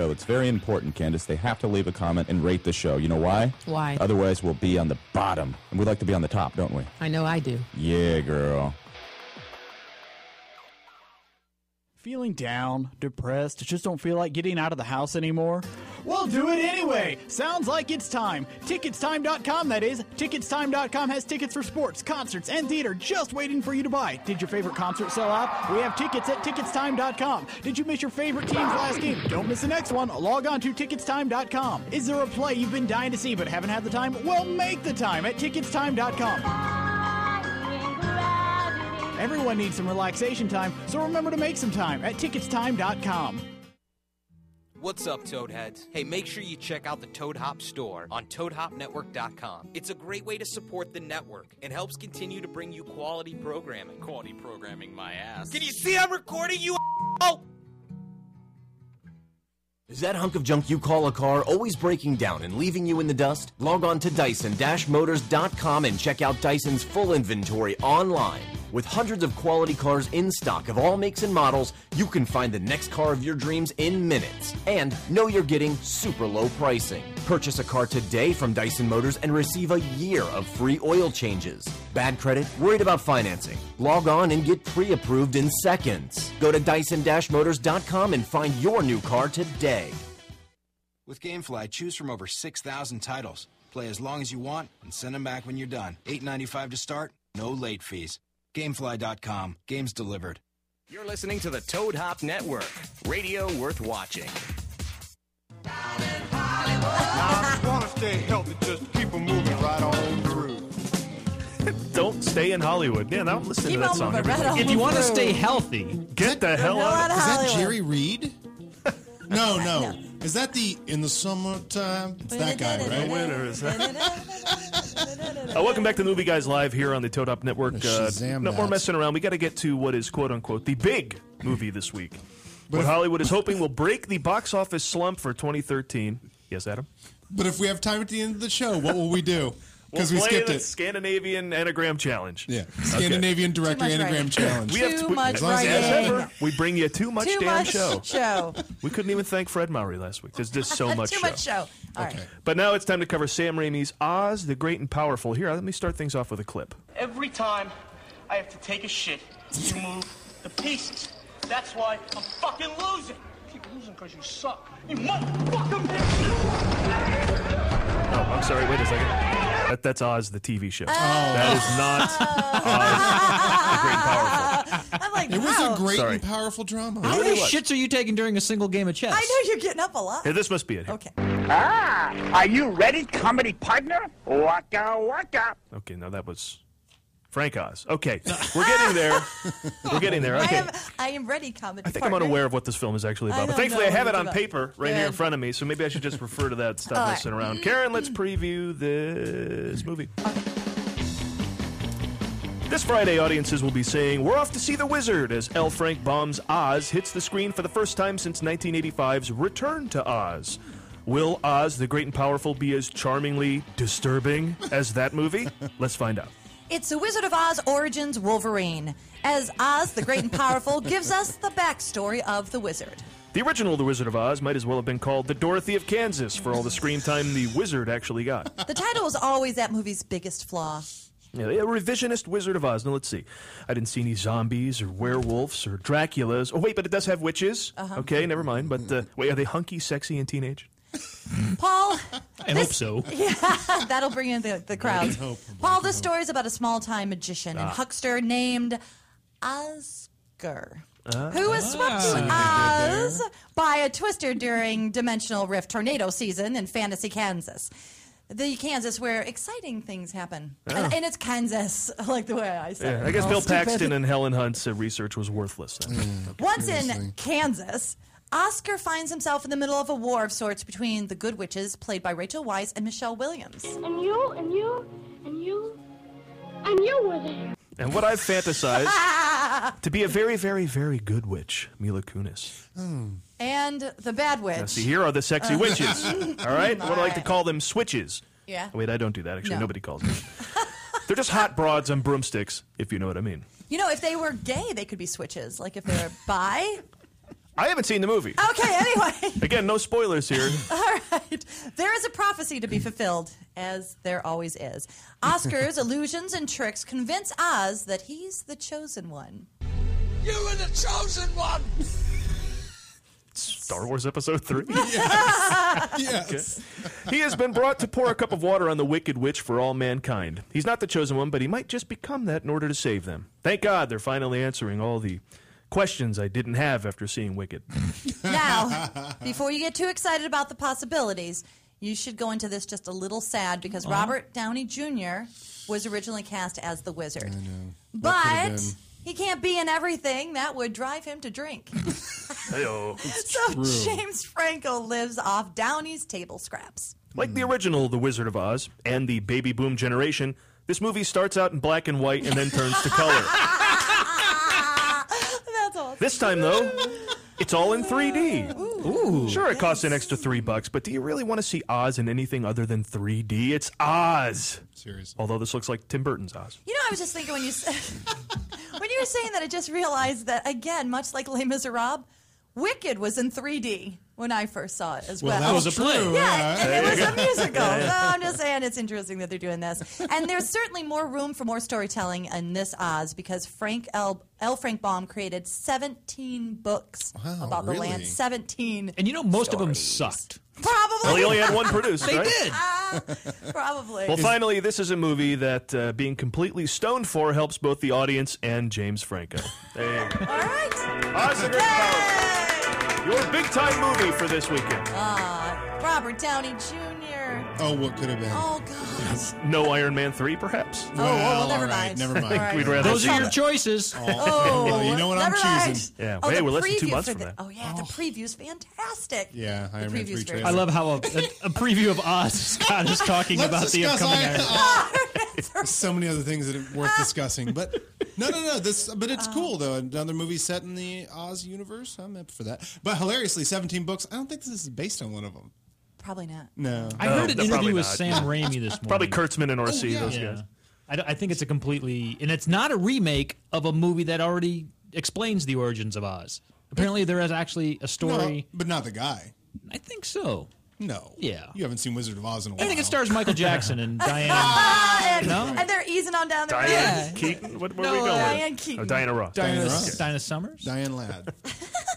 N: It's very important, Candace. They have to leave a comment and rate the show. You know why?
O: Why?
N: Otherwise, we'll be on the bottom. And we like to be on the top, don't we?
O: I know I do.
N: Yeah, girl.
P: Feeling down, depressed, just don't feel like getting out of the house anymore? Well, do it anyway! Sounds like it's time. Ticketstime.com, that is. Ticketstime.com has tickets for sports, concerts, and theater just waiting for you to buy. Did your favorite concert sell out? We have tickets at Ticketstime.com. Did you miss your favorite team's last game? Don't miss the next one. Log on to Ticketstime.com. Is there a play you've been dying to see but haven't had the time? Well, make the time at Ticketstime.com. Everyone needs some relaxation time, so remember to make some time at ticketstime.com.
Q: What's up, Toadheads? Hey, make sure you check out the Toad Hop store on ToadHopNetwork.com. It's a great way to support the network and helps continue to bring you quality programming. Quality programming, my ass. Can you see I'm recording you? Oh!
J: Is that hunk of junk you call a car always breaking down and leaving you in the dust? Log on to Dyson-Motors.com and check out Dyson's full inventory online. With hundreds of quality cars in stock of all makes and models, you can find the next car of your dreams in minutes. And know you're getting super low pricing. Purchase a car today from Dyson Motors and receive a year of free oil changes. Bad credit? Worried about financing? Log on and get pre approved in seconds. Go to Dyson Motors.com and find your new car today.
O: With GameFly, choose from over 6,000 titles. Play as long as you want and send them back when you're done. $8.95 to start, no late fees. Gamefly.com, games delivered.
A: You're listening to the Toad Hop Network, radio worth watching.
M: I wanna stay healthy, just keep 'em moving right on through.
G: Don't stay in Hollywood. Yeah, now I'm listening
M: Keep
G: to that
M: on
G: song.
M: moving,
G: every
M: right on
G: day.
M: If you wanna through. stay
G: healthy, get the hell out of
I: Is that
G: Hollywood.
I: Jerry Reed? no, no. Is that the in the summertime? It's that guy, right?
G: The winner is- Uh, welcome back to the Movie Guys Live here on the Toad Up Network. Uh,
I: Shazam
G: no
I: that.
G: more messing around. We got to get to what is quote unquote the big movie this week. What Hollywood is hoping will break the box office slump for 2013. Yes, Adam.
I: But if we have time at the end of the show, what will we do? Because
G: We'll
I: we
G: play
I: skipped
G: the
I: it.
G: Scandinavian anagram challenge. Yeah,
I: Scandinavian director anagram challenge.
G: We have to, we-
I: As long as it has
G: as
I: that-
G: ever, we bring you too much
H: Too
G: damn
H: much
G: show.
H: show.
G: We couldn't even thank Fred Mowry last week. There's just so much
H: Too
G: show.
H: much show. All right.
G: But now it's time to cover Sam Raimi's Oz the Great and Powerful. Here, let me start things off with a clip.
L: Every time I have to take a shit, you move the pieces. That's why I'm fucking losing. I keep losing because you suck. You motherfucking
G: Oh, I'm sorry. Wait a second. That, that's Oz the TV
H: Oh.
G: show. That is not
I: Oh,
G: Oz the Great and Powerful.
H: I'm like,
I: It was
H: wow.
I: a great
G: Sorry.
I: and powerful drama.
F: How many shits are you taking during a single game of chess?
H: I know you're getting up a lot.
G: Hey, this must be it. Okay.
L: Ah, are you ready, comedy partner? Waka waka.
G: Okay, now that was Frank Oz. Okay, we're getting there. We're getting there.
H: I
G: Okay.
H: am, I am ready, comedy.
G: I think I'm unaware of what this film is actually
H: I
G: about. But
H: don't
G: thankfully,
H: know.
G: I have it
H: It's
G: on
H: about-
G: paper right here in
H: Good.
G: front of me, so maybe I should just refer to that and
H: All
G: stop
H: right.
G: messing around. Karen, let's preview this movie. This Friday, audiences will be saying, We're off to see The Wizard as L. Frank Baum's Oz hits the screen for the first time since 1985's Return to Oz. Will Oz the Great and Powerful be as charmingly disturbing as that movie? Let's find out.
H: It's The Wizard of Oz Origins Wolverine, as Oz the Great and Powerful gives us the backstory of the wizard.
G: The original The Wizard of Oz might as well have been called The Dorothy of Kansas for all the screen time the wizard actually got.
H: The title is always that movie's biggest flaw.
G: Yeah, a revisionist Wizard of Oz. Now let's see. I didn't see any zombies or werewolves or Draculas. Oh wait, but it does have witches.
H: Uh-huh.
G: Okay, never mind. But uh, wait, are they hunky, sexy, and teenage?
H: Paul,
G: I hope so.
H: yeah, that'll bring in the, the crowds. Paul, this story is about a small time magician and
G: Ah.
H: huckster named Oscar. Who was swept to Oz by a twister during Dimensional Rift tornado season in Fantasy Kansas? The Kansas where exciting things happen, and,
G: Oh.
H: and it's Kansas, like the way I said.
G: Yeah,
H: it.
G: I guess Bill Paxton and Helen Hunt's uh, research was worthless. Then.
H: Once in Kansas, Oscar finds himself in the middle of a war of sorts between the Good Witches, played by Rachel Weisz, and Michelle Williams.
E: And you, and you, and you, and you were there.
G: And what I've fantasized to be a very, very, very good witch, Mila Kunis.
H: And the Bad Witch.
G: Now, see, here are the sexy
H: Uh,
G: witches. All right, what I like to
H: my.
G: call them switches. Oh,
H: Yeah.
G: Wait, I don't do that. Actually,
H: No.
G: nobody calls them. They're just hot broads on broomsticks, if you know what I mean.
H: You know, if they were gay, they could be switches. Like if they were bi.
G: I haven't seen the movie.
H: Okay, anyway.
G: Again, no spoilers here.
H: All right. There is a prophecy to be fulfilled, as there always is. Oscar's illusions and tricks convince Oz that he's the chosen one.
L: You were the chosen one.
G: Star Wars Episode 3.
L: yes.
G: He has been brought to pour a cup of water on the wicked witch for all mankind. He's not the chosen one, but he might just become that in order to save them. Thank God they're finally answering all the questions I didn't have after seeing Wicked.
H: Now, before you get too excited about the possibilities, you should go into this just a little sad because
G: Aw.
H: Robert Downey Jr. was originally cast as the wizard.
I: That could've
H: But
I: been-
H: he can't be in everything. That would drive him to drink.
G: Hey-oh.
H: so James Franco lives off Downey's table scraps.
G: Like
H: Hmm.
G: the original The Wizard of Oz and the baby boom generation, this movie starts out in black and white and then turns to color.
H: That's all.
G: This time, though, it's all in 3D. sure, it costs an extra three bucks, but do you really want to see Oz in anything other than 3D? Oh. It's Oz. Seriously. Although this looks like Tim Burton's Oz.
H: You know, I was just thinking when you said you're saying that, I just realized that again, much like Les Miserables, Wicked was in 3D when I first saw it as well.
I: Well, that was a play.
H: Yeah,
I: Yeah.
H: and it
I: There you
H: was
I: go.
H: a musical.
I: Yeah, yeah.
H: So I'm just saying it's interesting that they're doing this. And there's certainly more room for more storytelling in this Oz because Frank L. L. Frank Baum created 17 books about the
F: really?
H: land. 17.
F: And you know, most of them sucked.
H: Probably.
G: Well, he only had one produced,
H: They
G: right?
H: did. Probably.
G: Well, finally, this is a movie that uh, being completely stoned for helps both the audience and James Franco. There you go.
H: All right.
G: Oz the Great Power. Your big time movie for this weekend.
H: Ah, Robert Downey Jr.
G: Oh, what could have been?
H: Oh, God.
G: No Iron Man 3, perhaps.
H: Oh, well, Well, never all right, mind.
I: never
G: I think
I: mind.
G: we'd rather
F: Those are
G: see
F: your
G: that.
F: choices.
H: Oh,
G: Well, you know what I'm
H: never mind.
G: choosing. Yeah,
H: oh,
G: hey,
H: the
G: we're less than two
H: preview
G: months
H: for
G: from
H: the-
G: now.
H: Oh yeah, the preview's fantastic.
I: Yeah,
H: The
I: Iron Man
H: preview's
I: 3
H: very
I: trailer.
G: Uh,
F: I love how a, a, a preview of Oz Scott is talking
I: Let's
F: about the
I: discuss
F: upcoming.
I: Iron-
F: Iron Man.
I: There's so many other things that are worth discussing, but no, no, no. This, but it's cool though. Another movie set in the Oz universe. I'm up for that. But hilariously, 17 books. I don't think this is based on one of them.
H: Probably not.
I: No,
F: I heard an interview with Sam Raimi this morning.
G: Probably Kurtzman
H: Oh,
G: and Orsi, those guys.
F: I, don't- I think it's a completely, and it's not a remake of a movie that already explains the origins of Oz. Apparently, there is actually a story.
I: but not the guy.
F: I think so.
I: No.
F: Yeah.
I: You haven't seen Wizard of Oz in a
F: I
I: while.
F: think it stars Michael Jackson and Diane.
H: Ah, and,
F: No?
H: and they're easing on down the road.
G: Diane Keaton? What, where are we
H: No,
G: going?
H: uh, Diane Keaton.
G: Oh, Diana Ross.
F: Diana,
G: Ross.
F: Diana, Summers.
I: Diane Ladd.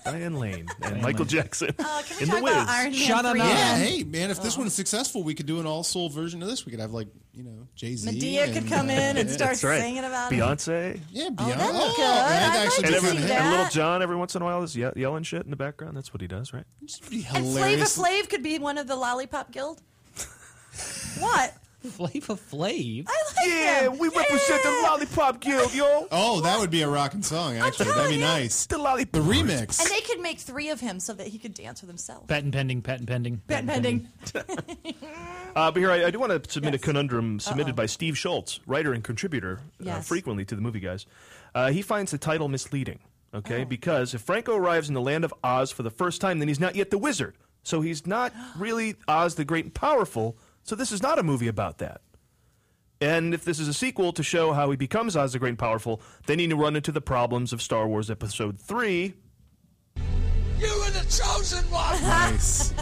G: Diane Lane. And Michael Jackson.
H: Uh, can
G: in the Wiz.
I: Shut up. Yeah,
H: again?
I: hey man, if this one's successful, we could do an all soul version of this. We could have like you know Jay Z.
H: Medea could come in and start
G: That's right.
H: singing about
G: Beyonce.
I: Yeah, Beyonce.
H: Oh, that'd be
I: Oh,
H: good.
I: that'd
H: I'd
I: actually
H: like
G: And,
H: to
G: every,
H: see
G: and
H: that.
G: Little John every once in a while is ye- yelling shit in the background. That's what he does, right?
I: be
H: it. And Flava Flav could be one of the Lollipop Guild. what?
F: Flava Flav.
H: I like
G: Yeah,
H: them.
G: we represent the Lollipop Guild, yo.
I: Oh, that would be a rocking song. Actually, that'd be nice.
G: The lollipop.
I: The remix.
H: And they could make three of him so that he could dance with himself.
F: Patent pending. Patent pending.
H: Patent pending.
G: Uh, but here, I, I do want to submit a conundrum submitted by Steve Schultz, writer and contributor uh,
R: Yes.
G: frequently to the movie guys. Uh, he finds the title misleading, okay? Because if Franco arrives in the land of Oz for the first time, then he's not yet the wizard. So he's not really Oz the Great and Powerful. So this is not a movie about that. And if this is a sequel to show how he becomes Oz the Great and Powerful, then you run into the problems of Star Wars Episode 3,
R: You were the chosen one.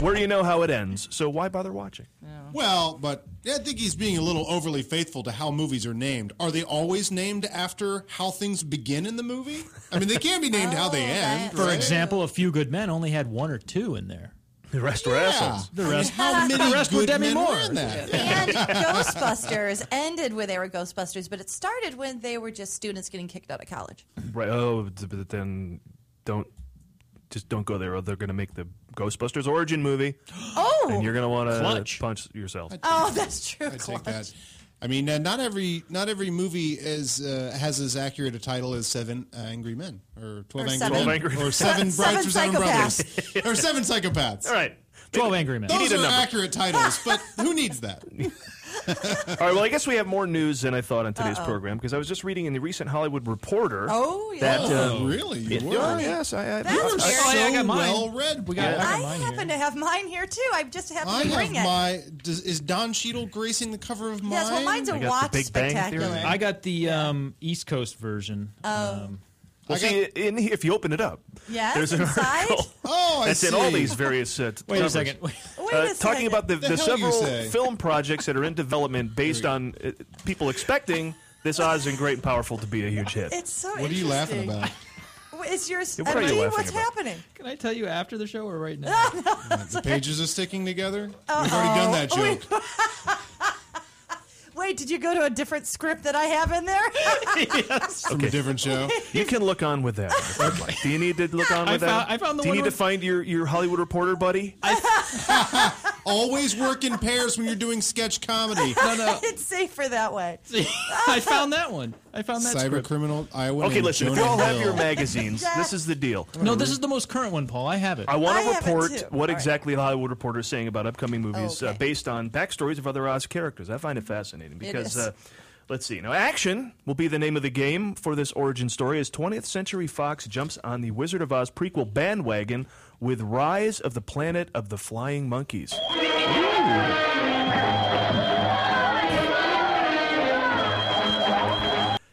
G: where you know how it ends. So why bother watching?
I: Well, but I think he's being a little overly faithful to how movies are named. Are they always named after how things begin in the movie? I mean, they can be named how
H: Oh,
I: they end.
F: For
I: right?
F: example, A Few Good Men only had one or two in there.
G: The rest were
I: assholes.
F: The
I: I mean,
F: rest,
I: how many
F: the rest were
I: good
F: Demi
I: men
F: Moore.
I: were in that?
H: and Ghostbusters ended where they were Ghostbusters, but it started when they were just students getting kicked out of college.
G: Right. Oh, th- but then don't just don't go there. Or they're going to make the Ghostbusters origin movie.
H: Oh,
G: and you're going to want
I: Clutch.
G: to punch yourself.
H: Oh, that's true.
I: I take that. I mean, uh, not every not every movie is uh, has as accurate a title as Seven uh, Angry Men or Twelve
H: Or
I: Angry
H: Seven-
I: Men
H: Angry Men.
I: or Seven
H: Seven
I: Brides for Seven Brothers
H: Psychopaths.
I: or Seven Psychopaths.
G: All right,
F: twelve angry men.
I: Those are accurate titles, but who needs that?
G: All right. Well, I guess we have more news than I thought on today's
I: Uh-oh.
G: program because I was just reading in the recent Hollywood Reporter.
H: Oh, yeah.
G: That,
I: Oh,
G: um,
I: really? You
G: yeah,
I: were?
G: Oh, yes. I, I,
H: That
G: I-
H: was
G: I-
H: very- Oh, yeah, I got mine.
I: well read. We
G: Yeah.
I: got,
H: I happen to have mine here too. I just happened
I: I
H: to
I: have
H: bring it.
I: my. Does, is Don Cheadle gracing the cover of mine?
H: Yes, well, mine's a I got the watch Big Bang spectacular. Theory.
F: I got the um, East Coast version.
H: Oh.
F: Um,
G: well, see, in here, if you open it up,
H: Yes,
G: there's an
H: inside?
G: article
I: Oh, I
G: that's in all
I: see.
G: these various. Uh,
F: Wait a
G: covers.
F: second. Wait
H: a
G: uh, talking
H: second.
G: about the,
H: The
G: the,
H: hell
G: several
H: you say?
G: film projects that are in development based on uh, people expecting this Oz and Great and Powerful to be a huge hit.
H: It's so What are you laughing
I: about?
H: It's yours.
G: Yeah, what are you
H: MD,
G: laughing
H: what's
G: about?
H: happening?
F: Can I tell you after the show or right now?
I: The pages are sticking together. We've already done that
H: Uh-oh. Oh,
I: joke.
H: Wait, did you go to a different script that I have in there?
I: From a different show.
G: You can look on with that. if you'd like. Do you need to look on
F: I
G: with
F: found-
G: that?
F: I found the
G: Do you
F: one
G: need to
F: where-
G: find your, your Hollywood reporter buddy?
I: Always work in pairs when you're doing sketch comedy.
H: it's safer that way.
F: I found that one. I found that
I: Cyber
F: script.
I: criminal Iowa.
G: Okay,
I: named
G: listen, if
I: Jonah
G: you all have
I: Hill.
G: your magazines, this is the deal.
F: No, this is the most current one, Paul. I have it.
G: I want
F: I
G: to
F: have it
G: report
F: too.
G: what
F: All right.
G: exactly the Hollywood Reporter is saying about upcoming movies uh,
F: okay.
G: based on backstories of other Oz characters. I find it
F: It
G: fascinating because,
F: is.
G: uh, let's see, now action will be the name of the game for this origin story as 20th Century Fox jumps on the Wizard of Oz prequel bandwagon with Rise of the Planet of the Flying Monkeys.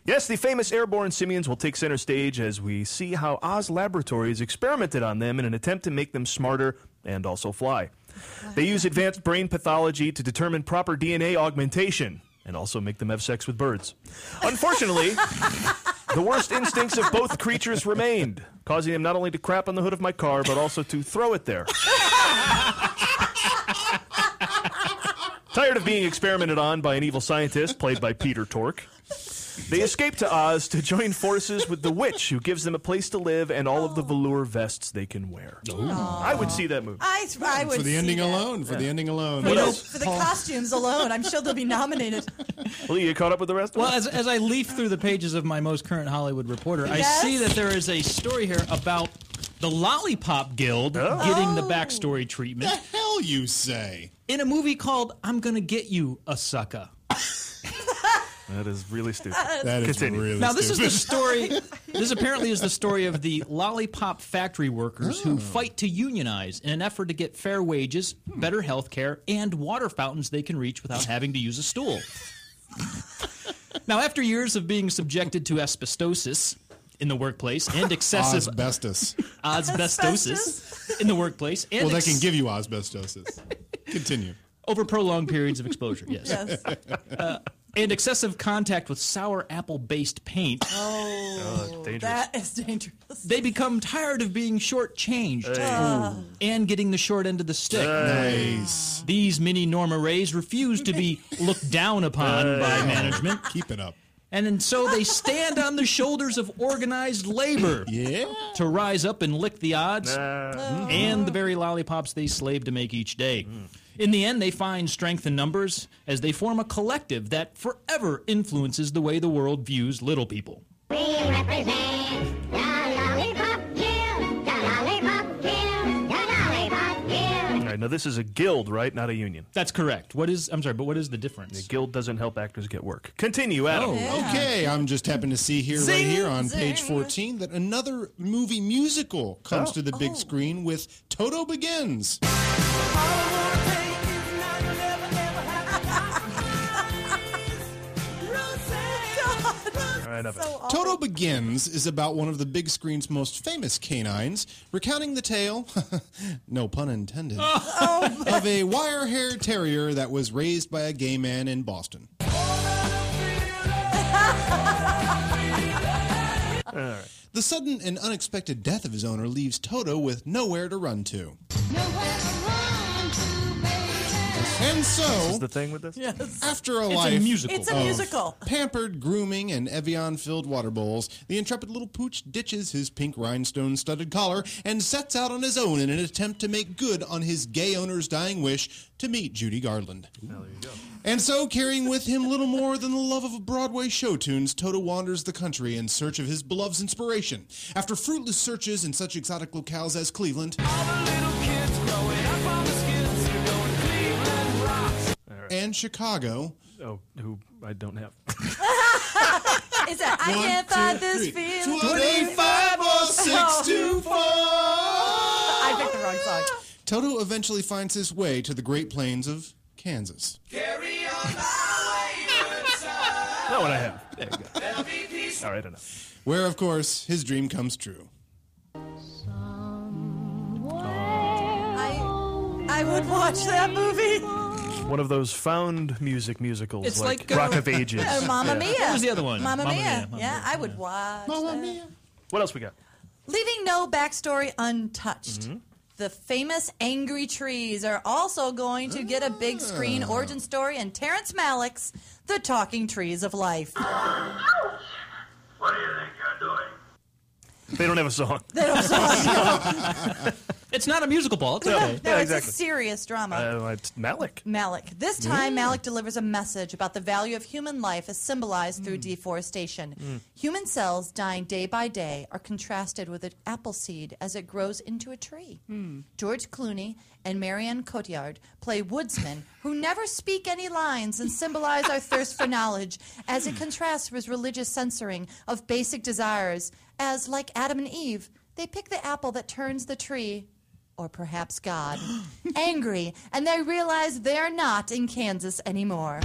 G: Yes, the famous airborne simians will take center stage as we see how Oz Laboratories experimented on them in an attempt to make them smarter and also fly. They use advanced brain pathology to determine proper DNA augmentation and also make them have sex with birds. Unfortunately, the worst instincts of both creatures remained, causing them not only to crap on the hood of my car, but also to throw it there. Tired of being experimented on by an evil scientist played by Peter Tork, they escape to Oz to join forces with the witch, who gives them a place to live and all of the velour vests they can wear. I would see that movie.
H: I, I would
I: for the
H: see
I: ending
H: that.
I: alone. For the
G: Yeah.
I: ending alone.
H: For, the, for the costumes alone, I'm sure they'll be nominated.
G: Lee, you caught up with the rest?
F: Well, as, as I leaf through the pages of my most current Hollywood Reporter,
H: Yes?
F: I see that there is a story here about the Lollipop Guild getting the backstory treatment. The
I: hell you say?
F: In a movie called "I'm Gonna Get You, a Sucker."
G: That is really stupid.
F: That is
G: Continue.
F: now this is the story. This apparently is the story of the lollipop factory workers
I: Oh.
F: who fight to unionize in an effort to get fair wages,
I: Hmm.
F: better health care, and water fountains they can reach without having to use a stool. now, after years of being subjected to asbestosis in the workplace and excessive
I: asbestos,
F: asbestosis in the workplace, and
I: well, they
F: ex-
I: can give you asbestosis. Continue.
F: over prolonged periods of exposure. Yes.
I: Yes.
F: Uh, and excessive contact with sour apple based paint.
H: Oh, that is dangerous.
F: They become tired of being shortchanged
H: Hey. Ah.
F: and getting the short end of the stick.
I: Nice.
F: These mini Norma Rays refuse to be looked down upon by management.
I: Keep it up.
F: And then so they stand on the shoulders of organized labor
I: yeah.
F: to rise up and lick the odds and the very lollipops they slave to make each day. In the end, they find strength in numbers as they form a collective that forever influences the way the world views little people.
E: We represent the Lollipop Guild, the Lollipop Guild, the Lollipop Guild.
G: All right, now this is a guild, right? Not a union.
F: That's correct. What is? I'm sorry, but what is the difference?
G: The guild doesn't help actors get work.
F: Oh.
G: Continue, Adam.
I: Okay, I'm just happened to see here right
G: Zing,
I: here on
G: zing.
I: page 14 that another movie musical comes
G: Oh.
I: to the big screen with Toto Begins. Toto Begins is about one of the big screen's most famous canines, recounting the tale, no pun intended, of a wire haired terrier that was raised by a gay man in Boston. The sudden and unexpected death of his owner leaves Toto with nowhere to run to. And so,
G: This is the thing with this?
I: after a
G: It's a
I: life,
G: musical. Oh. It's a
I: of
G: musical.
I: Pampered grooming and Evian-filled water bowls, the intrepid little pooch ditches his pink rhinestone-studded collar and sets out on his own in an attempt to make good on his gay owner's dying wish to meet Judy Garland. And so, carrying with him little more than the love of Broadway show tunes, Toto wanders the country in search of his beloved's inspiration. After fruitless searches in such exotic locales as Cleveland, and Chicago.
G: Oh, who I don't have.
H: Is that I
I: One,
H: can't fight
I: two,
H: this
I: three.
H: feeling?
I: 25 or
G: Oh.
I: six, two, four.
H: I picked the wrong song.
I: Toto eventually finds his way to the Great Plains of Kansas.
G: Not what I have. There you go. All right, enough.
I: Where, of course, his dream comes true.
H: I, I would watch that movie.
G: One of those found music musicals
H: It's
G: like,
H: like, uh,
G: Rock of Ages.
H: Oh, Mamma
G: Yeah.
H: Mia. Mamma, Mia. Yeah, I would watch.
I: Mamma
H: that.
I: Mia.
G: What else we got?
H: Leaving no backstory untouched. The famous Angry Trees are also going to get a big screen
I: Ah.
H: origin story in Terrence Malick's The Talking Trees of Life.
G: They don't have a song.
H: They don't
F: it's not a musical, Paul. It's okay.
H: no, it's a serious drama.
G: Uh, it's Malik.
H: Malik. This time, Malik delivers a message about the value of human life as symbolized through deforestation.
G: Mm.
H: Human cells dying day by day are contrasted with an apple seed as it grows into a tree. George Clooney and Marianne Cotillard play woodsmen who never speak any lines and symbolize our thirst for knowledge as it contrasts with religious censoring of basic desires, as, like Adam and Eve, they pick the apple that turns the tree or perhaps God, angry, and they realize they're not in Kansas anymore.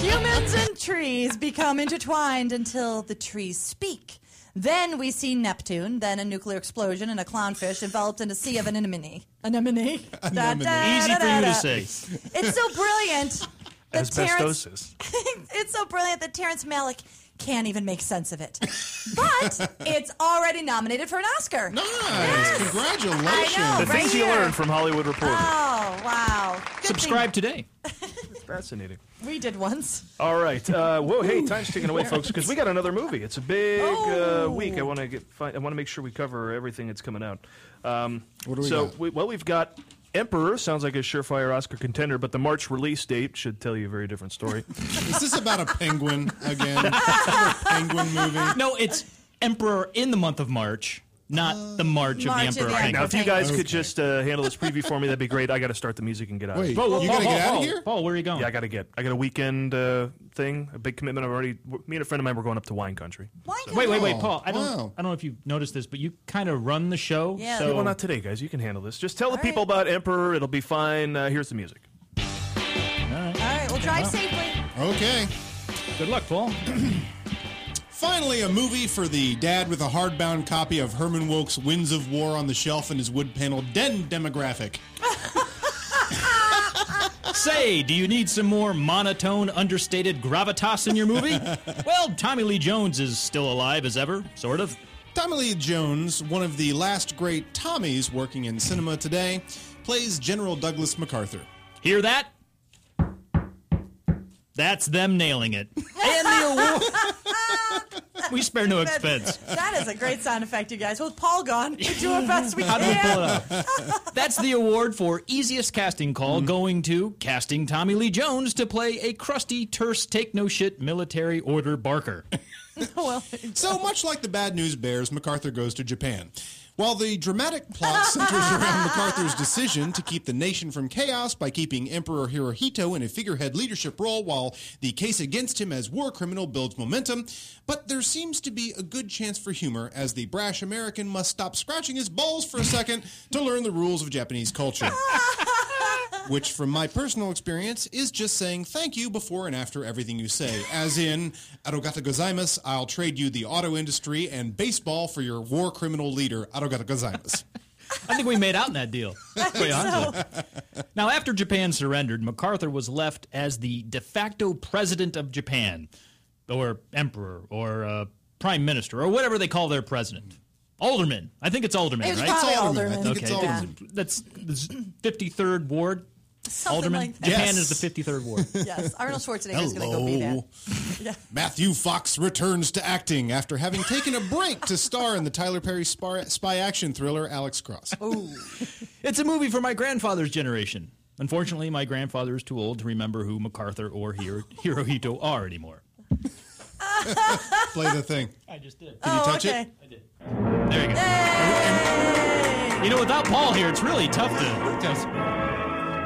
H: Humans and trees become intertwined until the trees speak. Then we see Neptune, then a nuclear explosion, and a clownfish enveloped in a sea of anemone. Anemone? Da, da, da,
F: Easy for
H: da,
F: you
H: da.
F: to say.
H: It's so brilliant. that Terrence-
G: Asbestosis.
H: it's so brilliant that Terrence Malick can't even make sense of it. But it's already nominated for an Oscar. Nice.
I: Congratulations.
H: I know,
G: the things
H: right
G: you
H: here.
G: learn from Hollywood Reporter.
H: Oh, wow. Good
G: Subscribe
F: today.
G: Fascinating.
H: thing. We did once.
G: All right. Uh, whoa, hey, time's ticking away, folks, because we got another movie. It's a big uh,
H: Oh.
G: week. I want to get. Fi- I want to make sure we cover everything that's coming out. Um, what
I: do we
G: so,
I: got?
G: We, well, we've got Emperor. Sounds like a surefire Oscar contender, but the March release date should tell you a very different story.
I: Is this about a penguin again? Another penguin movie?
F: No, it's Emperor in the month of March, not the March, of the
G: March of the
F: Emperor.
G: Emperor
F: Penguin.
G: Now, if you guys could just uh, handle this preview for me, that'd be great. I got to start the music and get out.
F: Wait,
G: of here.
F: you gotta get out of here?
G: Paul, where are you going? Yeah, I got to get. I got a weekend uh, thing, a big commitment. I've already. w- Me and a friend of mine were going up to wine country.
F: Wait, wait, wait,
G: Oh,
F: Paul. I don't,
G: wow.
F: I don't know if you noticed this, but you kind of run the show.
G: Yeah.
F: So
G: well, not today, guys. You can handle this. Just tell the people about Emperor. It'll be fine. Uh, here's the music.
H: All right, well, drive safely.
I: Okay.
F: Good luck, Paul.
I: Finally, a movie for the dad with a hardbound copy of Herman Woke's Winds of War on the shelf in his wood panel den demographic.
F: Say, do you need some more monotone, understated gravitas in your movie? well, Tommy Lee Jones is still alive as ever, sort of.
I: Tommy Lee Jones, one of the last great Tommies working in cinema today, plays General Douglas MacArthur.
F: Hear that? That's them nailing it. And the award. we spare no expense.
H: That is a great sound effect, you guys. With Paul gone, we do our best we
F: How do we
H: can.
F: pull it off? That's the award for easiest casting call going to casting Tommy Lee Jones to play a crusty, terse, take no shit military order barker.
I: so much like the Bad News Bears, MacArthur goes to Japan. While the dramatic plot centers around MacArthur's decision to keep the nation from chaos by keeping Emperor Hirohito in a figurehead leadership role while the case against him as war criminal builds momentum, but there seems to be a good chance for humor as the brash American must stop scratching his balls for a second to learn the rules of Japanese culture. Which, from my personal experience, is just saying thank you before and after everything you say. As in, Arogata gozaimasu, I'll trade you the auto industry and baseball for your war criminal leader, Arogata gozaimasu.
F: I think we made out in that deal. Quite honestly. Now, after Japan surrendered, MacArthur was left as the de facto president of Japan, or emperor, or uh, prime minister, or whatever they call their president. Alderman. I think it's alderman,
H: It was
F: right?
H: probably It's alderman. I alderman. think it's
F: okay,
H: alderman.
F: That's, that's 53rd Ward.
H: Something
F: alderman.
H: like that.
F: Japan
H: Yes.
F: is the 53rd Ward.
H: Yes, Arnold Schwarzenegger is going to go be there.
I: Matthew Fox returns to acting after having taken a break to star in the Tyler Perry spy, spy action thriller Alex Cross.
F: It's a movie for my grandfather's generation. Unfortunately, my grandfather is too old to remember who MacArthur or Hiro- Hirohito are anymore.
I: Play the thing.
F: I just did.
H: Oh,
I: Did you touch it?
F: There you go. You know, without Paul here, it's really tough to.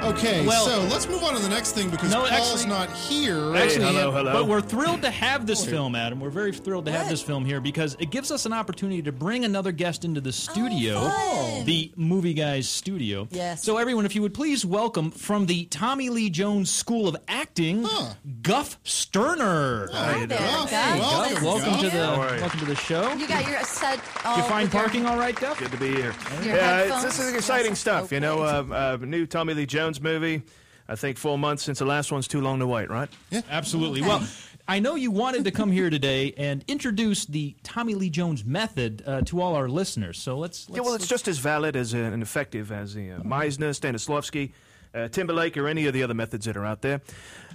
I: Okay,
F: Well-
I: so let's move on to the next thing because
F: No,
I: Paul's
F: actually-
I: not here.
F: Actually, But we're thrilled to have this film, Adam. We're very thrilled to have this film here because it gives us an opportunity to bring another guest into the studio, the Movie Guys studio.
H: Oh, Yes.
F: So, everyone, if you would please welcome from the Tommy Lee Jones School of Acting, Guff Sterner.
H: Hi there, Guff. Guff.
F: Hey, Guff.
H: Welcome, Guff.
F: Welcome to the
H: How
G: are you?
F: welcome to the show.
H: You got your set. All
F: you find
H: with your-
F: parking all right, Guff?
G: Good to be here.
H: Your
G: Yeah, it's,
H: headphones?
G: this is exciting stuff. You know, uh, uh, new Tommy Lee Jones movie. I think four months since the last one's too long to wait, right?
I: Yeah,
F: absolutely. Well, I know you wanted to come here today and introduce the Tommy Lee Jones method uh, to all our listeners. So let's. let's
G: yeah, well, it's just as valid as uh, and effective as the uh, Meisner, Stanislavski, uh, Timberlake, or any of the other methods that are out there.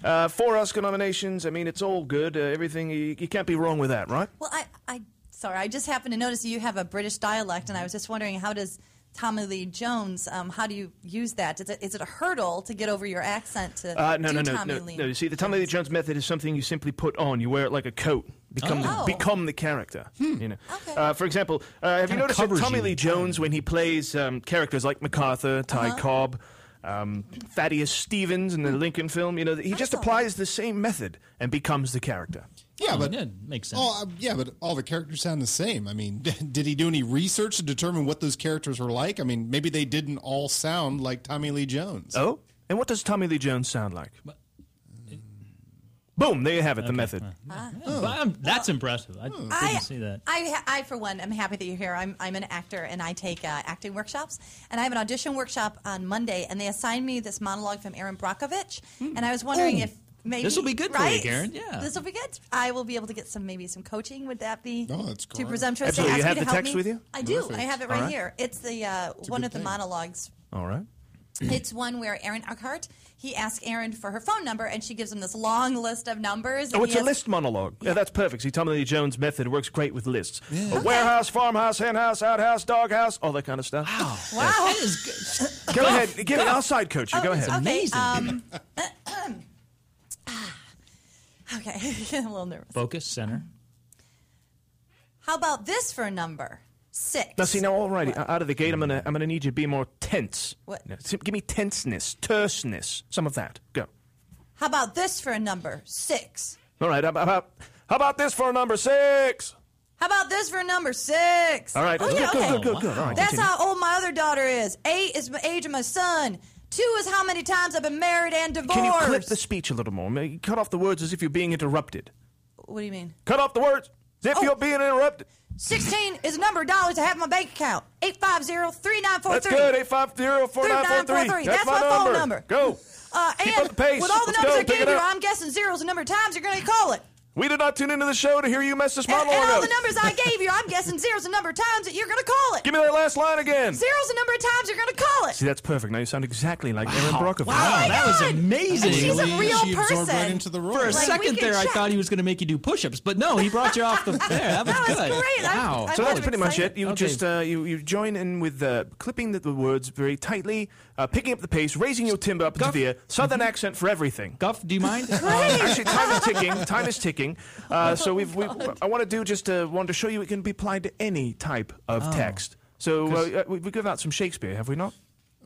G: Uh, four Oscar nominations. I mean, it's all good. Uh, everything you, you can't be wrong with that, right?
H: Well, I, I, sorry, I just happened to notice you have a British dialect, and I was just wondering how does Tommy Lee Jones, um, how do you use that? Is it, is it a hurdle to get over your accent to
G: Uh, no,
H: do
G: no, no,
H: Tommy
G: no,
H: Lee?
G: no. You see, the Tommy Lee Jones method is something you simply put on. You wear it like a coat. Become
H: Oh.
G: the, become the character. You know. Uh, for example, uh, have you
F: Kinda
G: noticed that
F: covers
G: Tommy
F: you
G: Lee
F: in
G: Jones when he plays um, characters like MacArthur, Ty Cobb, um, Thaddeus Stevens in the Lincoln film? You know, he just applies the same method and becomes the character.
I: Yeah, but
F: makes sense.
I: Oh, uh, yeah, but all the characters sound the same. I mean, did he do any research to determine what those characters were like? I mean, maybe they didn't all sound like Tommy Lee Jones.
G: Oh, and what does Tommy Lee Jones sound like? Boom, there you have it, the method.
F: But I'm- that's impressive.
I: Hmm.
F: I didn't
H: I-
F: see that.
H: I, ha- I, for one, am happy that you're here. I'm, I'm an actor and I take uh, acting workshops. And I have an audition workshop on Monday, and they assigned me this monologue from Aaron Brockovich.
G: Hmm.
H: And I was wondering
G: Oh,
F: Ooh.
H: if maybe.
F: This'll be good for you,
H: right?
F: Karen. Yeah.
H: This will be good. I will be able to get some, maybe some coaching. Would that be
F: Oh, that's
H: too
F: great.
H: presumptuous?
G: Absolutely.
H: They
G: You
H: asked
G: have
H: me to
G: the
H: help
G: text
H: me.
G: with you?
H: I do.
G: Perfect.
H: I have
G: All
H: it right,
G: right.
H: here. It's the uh,
G: a
H: one
G: good
H: of the
G: thing.
H: monologues
G: All right.
H: it's one where Aaron Eckhart, he asks Aaron for her phone number, and she gives him this long list of numbers.
G: Oh,
H: and
G: it's a
H: he has-
G: list monologue. Yeah, that's perfect. See, Tommy Lee Jones' method works great with lists. A warehouse, farmhouse, hen house, outhouse, dog house, all that kind of stuff. Wow.
H: That
F: is
G: Go ahead. Give it our side coach. you.
H: Oh,
G: Go
H: it's
G: ahead.
H: okay, um, okay, I'm a little nervous.
F: Focus center.
H: How about this for a number? Six.
G: Now, see, now, already o- out of the gate, I'm gonna, I'm gonna need you to be more tense.
H: What?
G: Now, see, give me tenseness, terseness, some of that. Go.
H: How about this for a number? Six.
G: All right. How about, how about- how about this for number six?
H: How about this for a number? Six.
G: All right.
H: Oh,
G: good,
H: yeah,
G: good,
H: okay.
G: good, good, good. All right.
H: That's
G: continue.
H: how old my other daughter is. Eight is the age of my son. Two is how many times I've been married and divorced.
G: Can you clip the speech a little more? May- Cut off the words as if you're being interrupted.
H: what do you mean?
G: Cut off the words as if
H: Oh.
G: you're being interrupted.
H: 16 is the number of dollars I have in my bank account. 850-3943.
G: That's good. Eight five zero four nine four three. That's
H: 3943. That's my phone
G: number.
H: number.
G: Go.
H: Uh,
G: Keep
H: and
G: up the pace.
H: with all the
G: Let's
H: numbers
G: go.
H: I
G: Pick
H: gave
G: it
H: you,
G: up.
H: I'm guessing zero's the number of times you're going to call it.
G: We did not tune into the show to hear you mess this
H: And,
G: monologue
H: and all
G: up.
H: the numbers I gave you, I'm guessing zero's the number of times that you're going to call it.
G: Give me that last line again.
H: Zero's the number of times you're going to call it. Oh
G: See, that's perfect. Now you sound exactly like Aaron Brockovich.
F: Wow,
H: my
F: that was
H: God!
F: amazing.
H: And she's a Really, real she absorbed right person. into the role.
F: For a
H: Like, we
F: second
H: can
F: there, I
H: check.
F: thought he was going to make you do push-ups, but no, he brought you off the there. That was, good.
H: great. I'm-
F: Wow.
G: so that's pretty much it.
F: excited.
G: You
F: Okay.
G: just uh, you you join in with uh, clipping the, the words very tightly, uh, picking up the pace, raising your timbre up into the air, southern accent for everything.
F: Guff, do you mind?
G: Um, actually, time is ticking. Time is ticking. Uh, so we've, we I want to do just uh, wanted to show you it can be applied to any type of
I: Oh.
G: text. So uh,
I: 'Cause-
G: uh, we- we've given out some Shakespeare, have we not?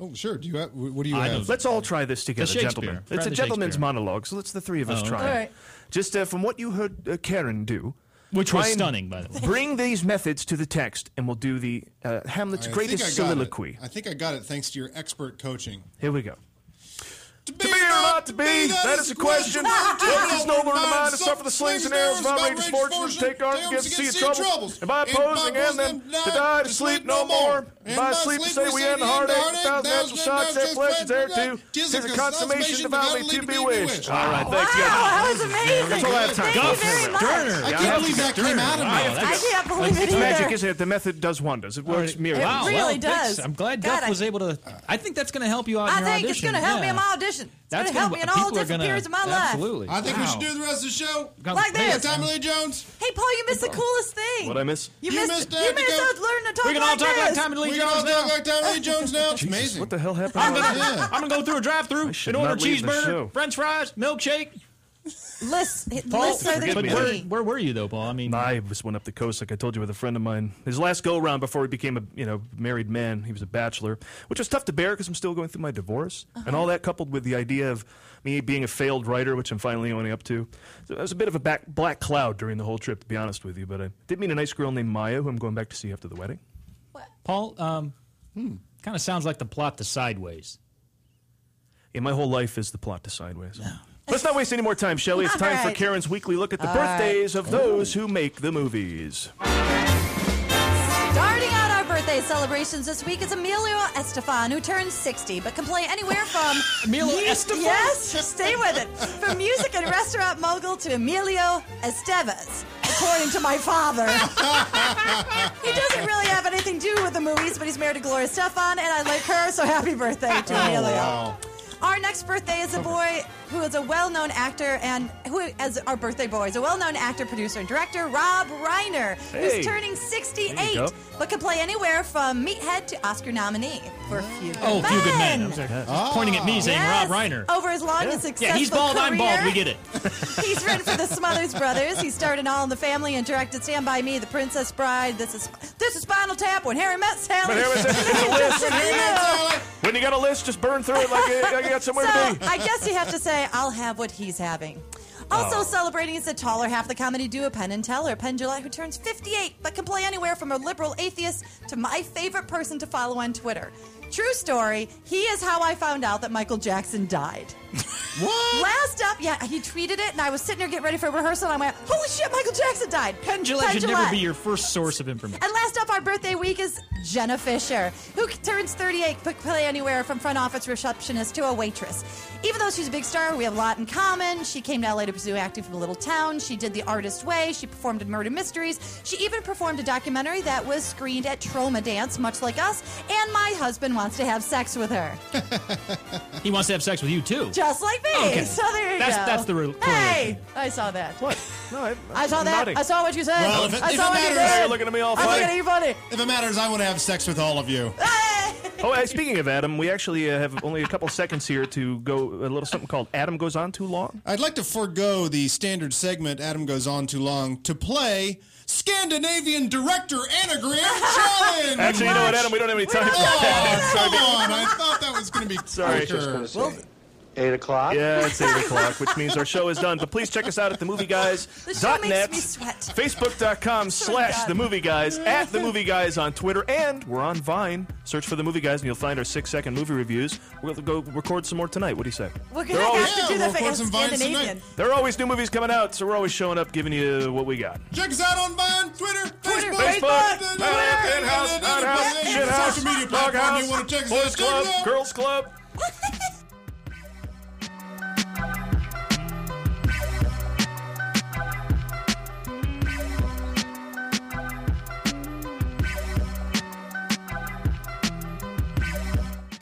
I: Oh, sure. Do you have, what do you have?
G: Let's all try this together,
I: Shakespeare.
G: gentlemen.
I: Try
G: It's a
I: the
G: gentleman's
I: Shakespeare.
G: monologue, so let's the three of us
I: Oh,
G: try.
I: okay.
G: it.
I: All right.
G: Just uh, from what you heard uh, Karen do,
F: Which was
G: try and
F: stunning, by the way.
G: Bring these methods to the text, and we'll do the uh, Hamlet's
I: I think I got
G: greatest
I: it.
G: soliloquy.
I: I think I got it thanks to your expert coaching.
G: Here we go. To be or not to be, that is the question. Love is no longer mine to suffer the slings and arrows of outrageous fortune, to take arms against the sea of troubles. And by opposing and then to die, to sleep no more. And by sleep to say we end the heartache, thousand natural shocks, their flesh is there
I: uh,
G: too. Tis a consummation divinely to be wished. All right, thanks, guys.
H: Wow, that was amazing.
G: That's all I have time
H: Thank you
G: for.
H: very much.
G: Sterner.
H: I
G: Yeah,
H: can't
G: have
H: believe
G: to-
H: that came
G: Sterner.
H: out of
G: Wow,
H: me.
G: that's-
H: I can't believe it
G: It's magic,
H: either.
G: isn't it? The method does wonders. It works miracles.
F: Wow,
H: really
F: well,
H: does.
F: thanks. I'm glad
H: Got
F: Guff
H: it.
F: was able to. I think that's going to help you out. in
H: I
F: your
H: think it's
F: audition.
H: going to help me
F: Yeah.
H: in my audition. It's going
F: That's
H: to help
F: gonna-
H: me in all
F: people are
H: different
F: gonna-
H: periods of my
F: absolutely.
H: life.
I: I think we should
F: Wow.
I: do the rest of the show
H: Like this.
I: Tommy Lee Jones.
H: Hey, Paul, you missed the coolest thing.
G: What'd I miss?
H: You,
I: You
H: missed,
I: missed
H: you missed
I: Antarctica.
H: us learning to talk
F: We can all
H: like
F: talk
H: this.
F: like Tommy Lee
I: We
F: Jones
I: can all
F: now.
I: talk like Tommy Lee Jones now. It's amazing.
G: What the hell happened?
F: I'm
G: to
F: gonna,
G: my-
F: I'm gonna go through a drive-through
G: should
F: and order a
G: not leave the show.
F: cheeseburger, French fries, milkshake.
H: Listen,
F: Paul,
H: listen to
G: forgive
F: but
G: me.
F: where, where were you though, Paul? I mean,
G: I just went up the coast, like I told you, with a friend of mine. His last go round before he became a you know married man, he was a bachelor, which was tough to bear because I'm still going through my divorce
F: Uh-huh.
G: and all that, coupled with the idea of me being a failed writer, which I'm finally owning up to. So it was a bit of a back, black cloud during the whole trip, to be honest with you. But I did meet a nice girl named Maya, who I'm going back to see after the wedding.
F: Paul, um,
G: Hmm.
F: kind of sounds like the plot to Sideways.
G: Yeah, my whole life is the plot to Sideways. Let's not waste any more time, Shelley. It's
F: All
G: time for
F: right.
G: Karen's weekly look at the
F: All right.
G: birthdays of those who make the movies.
H: Starting out our birthday celebrations this week is Emilio Estefan, who turns 60, but can play anywhere from
F: Emilio
H: mu-
F: Estefan?
H: Yes, stay with it. From music and restaurant mogul to Emilio Estevez, according to my father. he doesn't really have anything to do with the movies, but he's married to Gloria Estefan, and I like her, so happy birthday to
I: Oh,
H: Emilio.
I: wow.
H: Our next birthday is a boy who is a well-known actor and who, as our birthday boy, is a well-known actor, producer, and director, Rob Reiner,
G: Hey.
H: who's turning 68,
G: go.
H: but can play anywhere from Meathead to Oscar nominee for Few Good
F: Oh,
H: Men.
F: few good men. I'm sorry,
G: Ah.
F: pointing at me saying
H: Yes.
F: Rob Reiner.
H: Over his long
F: yeah.
H: and
F: Yeah, he's
H: successful
F: bald. I'm bald.
H: career.
F: We get it.
H: He's written for the Smothers Brothers. He starred in All in the Family and directed Stand By Me, The Princess Bride. This is this is Spinal Tap. When Harry Met Sally.
G: When Harry Met Sally.
H: This
G: Yes.
H: is Sixty
G: When Harry Met
H: Minutes.
G: When you got a list, just burn through it like you, like you got somewhere
H: so,
G: to be.
H: I guess you have to say, I'll have what he's having. Also
G: Oh.
H: celebrating is the taller half of the comedy duo Penn and Teller, Penn Jillette, who turns 58 but can play anywhere from a liberal atheist to my favorite person to follow on Twitter. True story, he is how I found out that Michael Jackson died. What? Last up, yeah, he tweeted it, and I was sitting there getting ready for rehearsal, and I went, "Holy shit, Michael Jackson died!"
F: Penn Gillette should never be your first source of information.
H: And last up, our birthday week is Jenna Fisher, who turns 38, could play anywhere from front office receptionist to a waitress. Even though she's a big star, we have a lot in common. She came to LA to pursue acting from a little town. She did The Artist Way. She performed in Murder Mysteries. She even performed a documentary that was screened at Troma Dance, much like us. And my husband wants to have sex with her,
F: He wants to have sex with you too.
H: just like me.
F: Okay.
H: So there you
F: that's,
H: go.
F: That's the re- correlation.
H: Hey, I saw that.
G: What? No, I,
H: I saw that.
I: nodding.
H: I saw what you said.
I: Well, if it,
H: I
I: if it
H: saw what you
I: matters,
H: said. I'm
I: funny.
H: looking at you funny.
I: If it matters, I want to have sex with all of you.
G: oh, hey, speaking of Adam, we actually uh, have only a couple seconds here to go a little something called Adam Goes On Too Long.
I: I'd like to forego the standard segment Adam goes on too long to play Scandinavian director anagram challenge.
G: Actually, you know what, Adam? We don't have any time for
I: Oh,
G: that.
I: come on! I thought that was going to be
G: Sorry.
I: quicker.
G: Eight o'clock. Yeah, it's eight o'clock, which means our show is done. But please check us out at
H: This show
G: themovieguys.net,
H: makes me sweat. Oh
G: facebook.com slash the movie guys, at the movie guys on Twitter, and we're on Vine. Search for the movie guys, and you'll find our six second movie reviews. We're gonna go record some more tonight. What do you say?
H: We're
G: They're
H: gonna
G: always-
H: have to do
I: Yeah,
H: the
I: we'll pour some vines tonight.
H: Scandinavian.
G: There are always new movies coming out, so we're always showing up, giving you what we got.
I: Check us out on Vine, Twitter, Facebook,
G: Facebook,
I: and
G: Hideout,
I: any
G: Penthouse,
I: other
G: Outhouse,
I: place,
G: Shithouse,
I: social media
G: Doghouse,
I: platform you want to check us out.
G: Boys
I: Check us
G: Club,
I: out.
G: Girls Club.